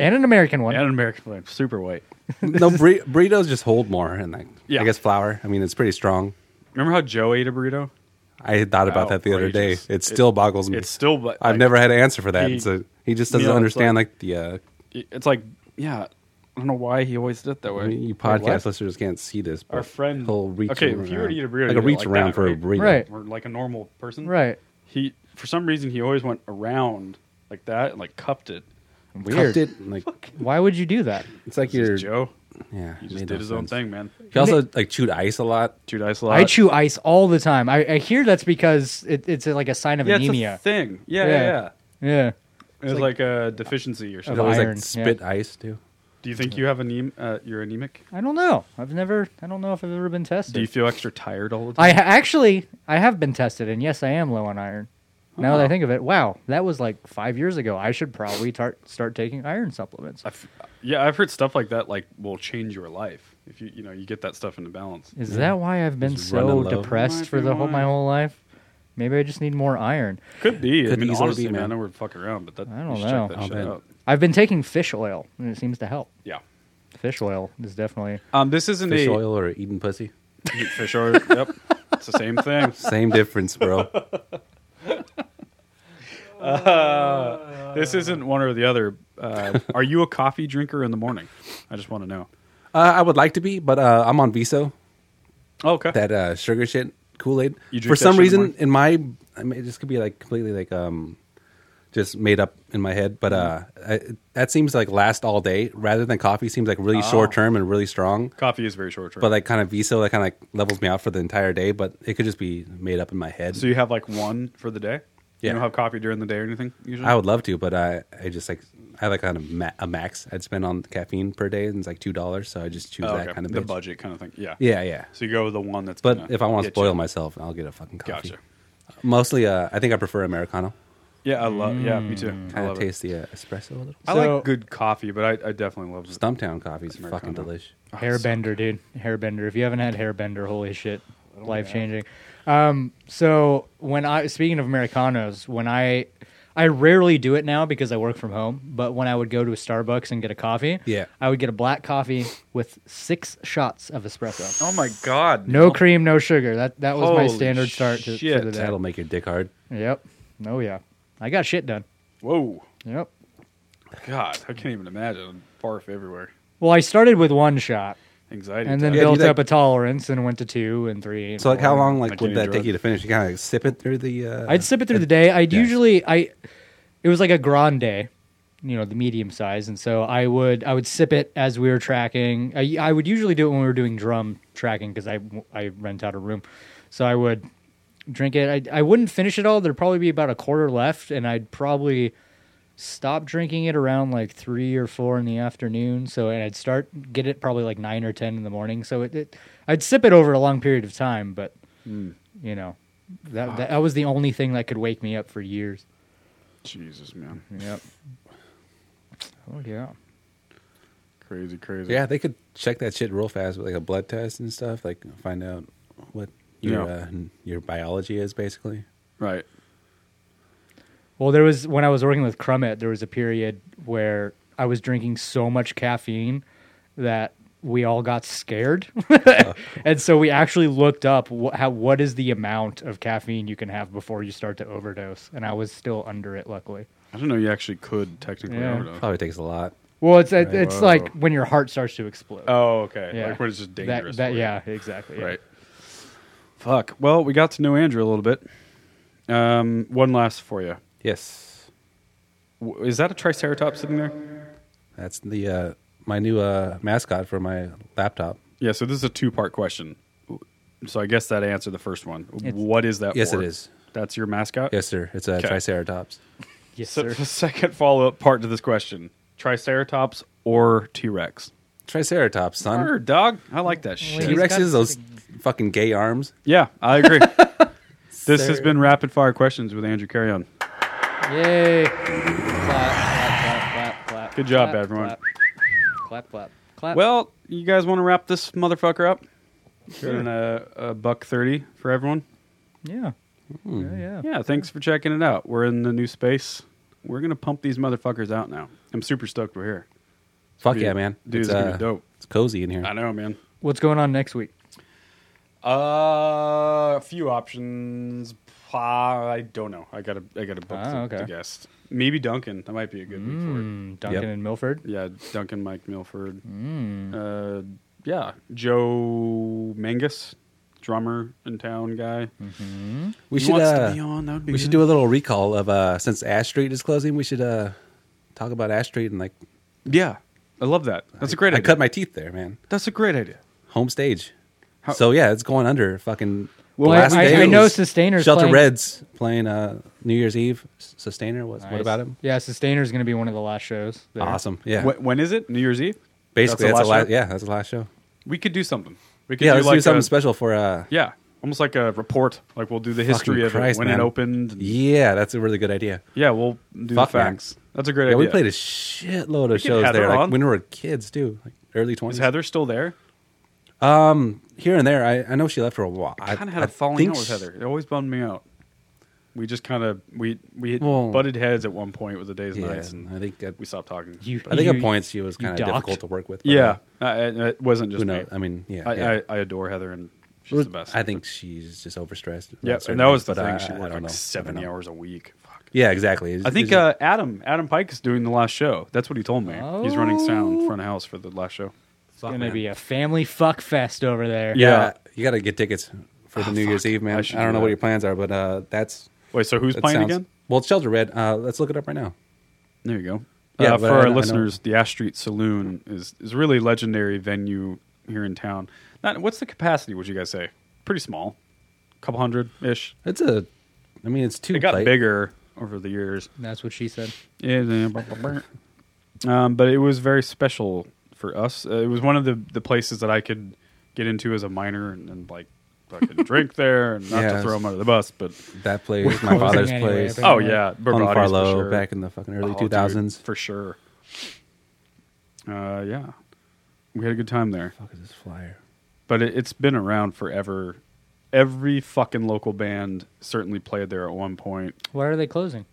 and an American one. and an American flag, super white. no, bur- burritos just hold more, and like, Yeah. I guess flour. I mean, it's pretty strong. Remember how Joe ate a burrito? I had thought about that the other day. Outrageous. It Oh, It- still boggles me. It's still, but Mm. I've like, never had an answer for that. he- He, so he just doesn't Yeah, it's understand like, the uh, It's like, yeah, I don't know why he always did it that I way. mean, Mm, you Like, podcast what? listeners can't see this. But Our friend- he'll reach okay, if you were to around. eat a burrito, like you a do it reach like around that, for a right? burrito. Right. or like a normal person, Right. He, for some reason, he always went around like that and like cupped it. Weird. Cupped it, and, like Why would you do that? it's like This your is Joe, yeah. he it just made did no his own sense. thing, man. He also like chewed ice a lot. Chewed ice a lot. I chew ice all the time. I, I hear that's because it, it's like a sign of yeah, anemia. it's a thing. Yeah, yeah, Yeah. yeah. yeah. It was like, a deficiency or It something. always iron, like yeah. spit ice too. Do you think you have anem- uh, you're anemic? I don't know. I've never. I don't know if I've ever been tested. Do you feel extra tired all the time? I ha- actually I have been tested, and yes, I am low on iron. Now that I think of it, wow, that was like five years ago. I should probably tar- start taking iron supplements. I f- yeah, I've heard stuff like that. Like, will change your life if you you know you get that stuff into balance. Is that why I've been Just running so low. depressed Might for be the whole my why. whole life? Maybe I just need more iron. Could be. Could I mean, easily honestly, be, man. man. I know we're fucking around, but that I you don't should know. check that I'll shit bet. out. I've been taking fish oil, and it seems to help. Yeah. Fish oil is definitely Um, this isn't Fish a oil or eating pussy? fish oil. yep, it's the same thing. Same difference, bro. Uh, Uh, This isn't one or the other. Uh, are you a coffee drinker in the morning? I just want to know. Uh, I would like to be, but uh, I'm on Viso, Oh, okay. that uh, sugar shit Kool Aid. You drink For that some shit in the reason, in my, I mean, this could be like completely like um, just made up in my head, but uh, I, that seems like last all day rather than coffee. Seems like really short Oh. term and really strong. coffee is very short term. But like kind of Viso, that kind of like levels me out for the entire day. But it could just be made up in my head. so you have like one for the day. You Yeah. don't have coffee during the day or anything usually. I would love to, but I, I just like I have like kind of ma- a max I'd spend on caffeine per day, and it's like two dollars. So I just choose Oh, that okay. kind of the bitch. budget kind of thing. Yeah. Yeah, yeah. So you go with the one that's. But gonna if I want to get spoil you. myself, I'll get a fucking coffee. Gotcha. Mostly, uh, I think I prefer americano. Yeah, I love. Yeah, me too. I Kind love of it. taste the uh, espresso a little. I So- like good coffee, but I, I definitely love it. Stumptown coffee's fucking Americano. delish. Hairbender, dude. Hairbender. If you haven't had Hairbender, holy shit, life changing. Um, so when I speaking of Americanos, when I I rarely do it now because I work from home, but when I would go to a Starbucks and get a coffee, Yeah. I would get a black coffee with six shots of espresso. Oh my god! No cream, no sugar. That that was my Holy standard start to, for shit. the day. That'll make your dick hard. Yep. Oh yeah. I got shit done. Whoa! Yep. God, I can't even imagine. Barf everywhere. Well, I started with one shot Anxiety. and then Yeah, built dude, up like- a tolerance and went to two and three. And So like, how four. long like Like would you that enjoy take you to finish? You kind of like, sip it through the. Uh, I'd sip it through the day. I'd yeah. usually I it was like a grande, you know, the medium size, and so I would I would sip it as we were tracking. I, I would usually do it when we were doing drum tracking because I I rent out a room, so I would drink it. I I wouldn't finish it all. There'd probably be about a quarter left, and I'd probably stop drinking it around like three or four in the afternoon. So and I'd start get it probably like nine or ten in the morning. So it, it I'd sip it over a long period of time, but Mm. you know that, that that was the only thing that could wake me up for years. Jesus, man, Yep. Oh yeah. crazy, crazy. yeah, they could check that shit real fast with like a blood test and stuff. Like find out what your Yeah. uh, your biology is basically. Right. Well, there was when I was working with Crummett, there was a period where I was drinking so much caffeine that we all got scared, and so we actually looked up wh- how what is the amount of caffeine you can have before you start to overdose, and I was still under it, luckily. I don't know. You actually could technically Yeah. overdose. Probably takes a lot. Well, it's it's Whoa. like when your heart starts to explode. Oh, okay. Yeah. Like when it's just That- dangerous. that- for you. yeah, exactly. yeah. Right. Fuck. Well, we got to know Andrew a little bit. Um, one last for you. Yes, W- Is that a triceratops sitting there? that's the uh, my new uh, mascot for my laptop. Yeah. So this is a two-part question. So I guess that answered the first one. what is that? Yes, it for? is. That's your mascot. Yes, sir. It's a Okay. triceratops. Yes, So sir. the second follow-up part to this question: Triceratops or T Rex? Triceratops, Sure, son. dog. I like that Wait. shit. T He's got Rexes, those fucking gay arms. Yeah, I agree. this has been rapid fire questions with Andrew Carrion. Yay. Clap, clap, clap, clap, Good job, Clap, everyone. clap. Clap, clap, clap. Well, you guys want to wrap this motherfucker up? In a, a buck thirty for everyone. yeah. hmm. yeah. Yeah. Yeah, thanks for checking it out. We're in the new space. We're gonna pump these motherfuckers out now. I'm super stoked we're here. Fuck Dude, yeah, man. dude, it's uh, gonna be dope. It's cozy in here. I know, man. What's going on next week? Uh, a few options. Uh, I don't know. I gotta, I gotta book Ah, the, okay. the guest. Maybe Duncan. That might be a good week Mm, Duncan Yep. and Milford. Hmm, for it. Yeah, Duncan, Mike Milford. Uh, yeah, Joe Mangus, drummer in town guy. we He should wants uh, to be on. That would be we should do a little recall of uh since Ash Street is closing. We should uh talk about Ash Street and like Yeah, I love that. That's a great I idea. cut my teeth there, man. That's a great idea. Home stage. so yeah, it's going under. Fucking. Well, last I- day I- I know was Sustainer's Shelter playing- Reds playing uh New Year's Eve. S- Sustainer was. What Nice. about him? Yeah, Sustainer's going to be one of the last shows. there. Awesome. Yeah. Wh- when is it? New Year's Eve. Basically, that's, the the last. show? yeah, that's the last show. We could do something. We could Yeah, do let's like do something a- special for uh. Yeah, almost like a report. Like we'll do the history Fucking of Christ, it when man. it opened. Yeah. Yeah, that's a really good idea. we'll do Fuck, the man. facts. That's a great Yeah, idea. we played a shitload of shows Heather there, on. like when we were kids too, like early Is twenties. Heather still there? here and there. I, I know she left for a while. I kind of had I a falling think out with sh- Heather. It always bummed me out. We just kind of we we Well- butted heads at one point with the days and Yeah, nights, and I think at, we stopped talking. You- I think you- at points she was you kind of docked? difficult to work with. but, yeah, uh, I, I- it wasn't just who me. knows? I mean, yeah, I, yeah. I, I adore Heather, and she's the best. I think she's just overstressed. Yeah, about and certain that was the things, thing. she but I- I worked don't know. like I seventy don't know. hours a week. Fuck. Yeah, exactly. It's- I think it's just- uh, Adam Adam Pike is doing the last show. That's what he told me. He's running sound front of house for the last show. It's going to be a family fuck fest over there. Yeah. Ah, yeah, you got to get tickets for the New Year's Eve, man. I I, should don't do know what that. your plans are, but uh, that's Wait, so who's that playing sounds- again? Well, it's Shelter Red. Uh, let's look it up right now. There you go. Yeah, uh, but for I our know- I know- listeners, the Ash Street Saloon is is really a legendary venue here in town. Not what's the capacity? Would you guys say pretty small, couple hundred ish? It's a, I mean, it's two. It got plate- bigger over the years. That's what she said. um, but it was very special for us. Uh, it was one of the, the places that I could get into as a minor and, and like fucking drink there and not to Yeah. throw them under the bus, but That place, my father's anyway, place. but- oh yeah, on Barbados Farlow for sure. back in the fucking Oh, early dude, two thousands. for sure. Uh, yeah, we had a good time there, Fuck is this flyer? but it, it's been around forever. Every fucking local band certainly played there at one point. Why are they closing?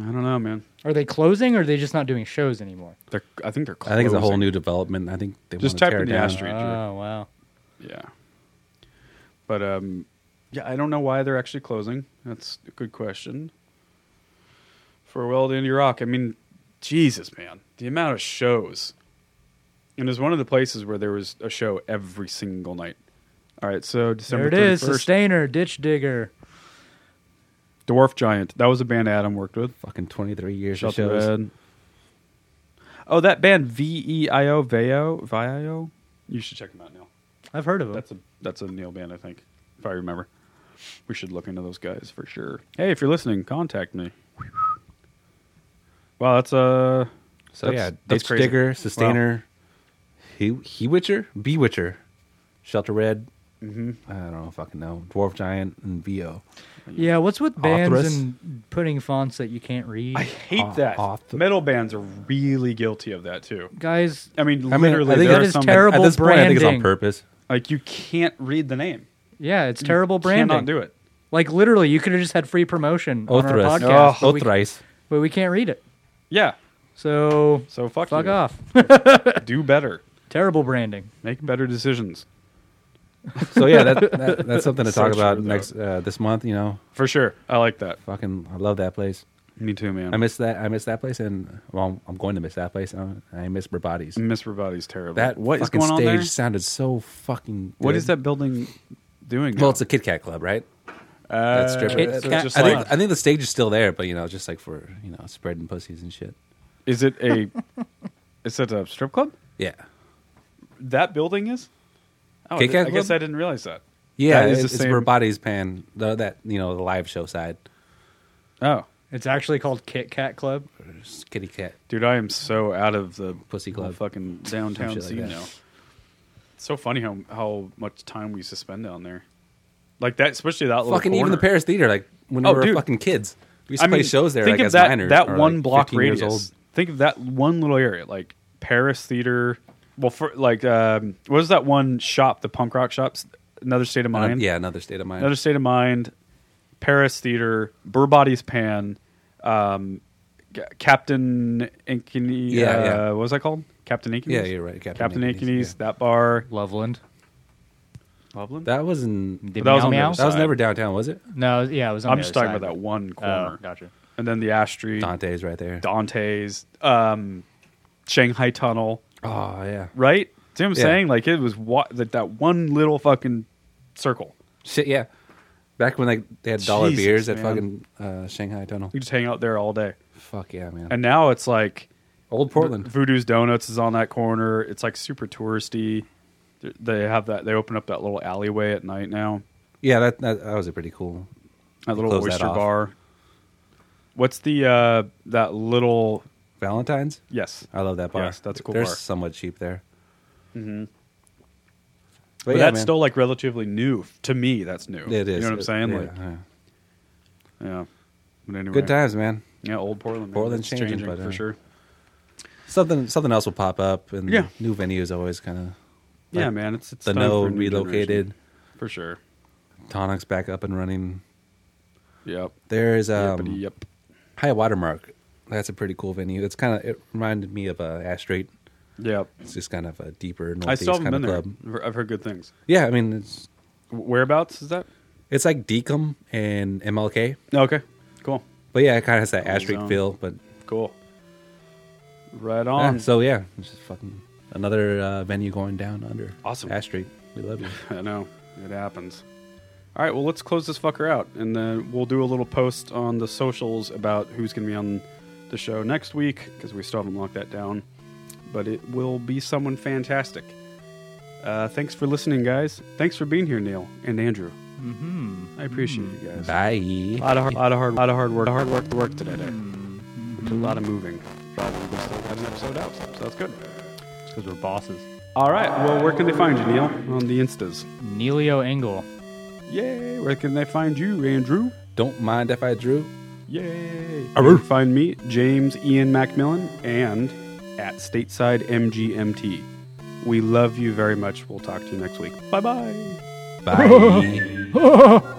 I don't know, man. Are they closing or are they just not doing shows anymore? They're, I think they're. I think it's a whole closing. new development. I think they Just wanna type tear in the down. asterisk. Stranger. Oh, wow. Yeah. But um yeah, I don't know why they're actually closing. That's a good question. Farewell to Indie Rock. I mean, Jesus, man. The amount of shows. And it was one of the places where there was a show every single night. All right, so December there it is. 31st, Sustainer, Ditch Digger. Dwarf Giant. That was a band Adam worked with. Fucking twenty three years Shut of shows. Red. Oh, that band V E I O Vio Vio. You should check them out now. I've heard of them. That's a that's a Neil band, I think, if I remember. We should look into those guys for sure. Hey, if you're listening, contact me. Wow, that's uh So that's, yeah, that's Ditch crazy. Digger, Sustainer, he he Witcher, Bee Witcher, Shelter Red. Mm-hmm. I don't fucking know. Dwarf Giant and Bo. yeah, what's with bands Authoress? and putting fonts that you can't read? I hate Au- that. auth- Metal bands are really guilty of that too. Guys, I mean, I mean, literally, I think there that are is some terrible. At this point, I think it's on branding. purpose. like you can't read the name. yeah, it's terrible you branding. Cannot do it. Like literally, you could have just had free promotion on our Othras. podcast, but, we, Othrice. but we can't read it. Yeah. So So fuck, fuck you. off. do better. terrible branding. Make better decisions So yeah, that, that, that's something to So talk true, about though. next uh, this month. You know, for sure. I like that. fucking, I love that place. Me too, man. I miss that. I miss that place, and well, I'm going to miss that place. I, I miss Brabati's. Miss Rabati's terrible. That what is fucking going on stage there? sounded so fucking. What good. is that building doing? Well, now? it's a Kit Kat club, right? Uh, that stripper. Kit that's- Kat just I like- think I think the stage is still there, but you know, just like for you know, spreading pussies and shit. Is it a? is it a strip club? Yeah, That building is. Oh, Kit Kat I guess Club? I didn't realize that. yeah, That is it's, the it's same- where bodies pan the, that you know the live show side. Oh, It's actually called Kit Kat Club. There's Kitty Cat. dude, I am so out of the Pussy whole club. fucking downtown Some shit like scene that. now. It's so funny how how much time we used to spend down there, like that, especially that little Fucking even the corner. Paris Theater, like when Oh, we were dude. fucking kids. We used to play shows there, Think like, of as that, minors, that or, one like, block 15 years radius. old. Think of that one little area, like Paris Theater. Well, for, like um, what was that one shop? The punk rock shops. Another state of mind. Another- Uh, yeah, another state of mind. Another State of Mind, Paris Theater, Burbody's Pan, um, G- Captain Inkiny. Yeah, uh, yeah. What was that called? Captain Inkiny. Yeah, you're right, Captain Captain Inkeny's, Inkeny's, yeah. that bar. Loveland. Loveland? that was in, Did that was Meow on the Meow? other that was side. never downtown, was it? No, yeah, it was. On I'm the just other talking side. about that one Oh, corner. gotcha. And then the Ash Street, Dante's right there. Dante's, um, Shanghai Tunnel, Oh yeah. right? See what I'm Yeah. saying? Like, it was wa- like that one little fucking circle. Shit, yeah. Back when like they had dollar Jesus, beers at man. fucking uh, Shanghai Tunnel. You just hang out there all day. Fuck yeah, man. And now it's like, Old Portland. Voodoo's Donuts is on that corner. It's like super touristy. Th- They have that. They open up that little alleyway at night now. Yeah, that, that that was a pretty cool. That little Close that oyster off. bar. What's the uh that little? Valentine's. Yes, I love that bar. Yes, that's a cool They're bar. somewhat cheap there. Mm-hmm. but, that's still like relatively new to me. That's new. it is. You know what I'm It- saying? yeah, like, yeah. yeah. But anyway, good times, man. Yeah, old Portland. man. Portland's It's changing, changing, but, for uh, sure. Something something else will pop up, and Yeah. new venues always kind of. yeah, man. It's it's The time No for a new relocated. generation. for sure. Tonic's back up and running. Yep. There's um, Yippity yep. High Watermark. That's a pretty cool venue. It's kind of it reminded me of a Ash Street. Yep. It's just kind of a deeper I northeast still haven't kind been of there. club. I've heard good things. Yeah, I mean it's Whereabouts is that? it's like Decum and MLK, Okay. Cool. but yeah, it kind of has that Ash Street zone. feel. But Cool. Right yeah, on. so yeah, it's just fucking another uh, venue going down under. Awesome. Ash Street. We love you. I know it happens. All right, well, let's close this fucker out, and then we'll do a little post on the socials about who's going to be on the show next week because we still haven't locked that down. But it will be someone fantastic. Uh, thanks for listening, guys. Thanks for being here, Neil and Andrew. Mm-hmm. I appreciate you guys. Bye. A lot of, lot of hard, lot of hard work, hard work, work today. A lot of moving. But we still got an episode out, so that's good. Because we're bosses. All right. Well, where can they find you, Neil? On the Instas. Neilio Engel. Yay. Where can they find you, Andrew? Don't mind if I drew. Yay. Find me, James Ian Macmillan, and at Stateside MGMT. We love you very much. We'll talk to you next week. Bye bye. Bye.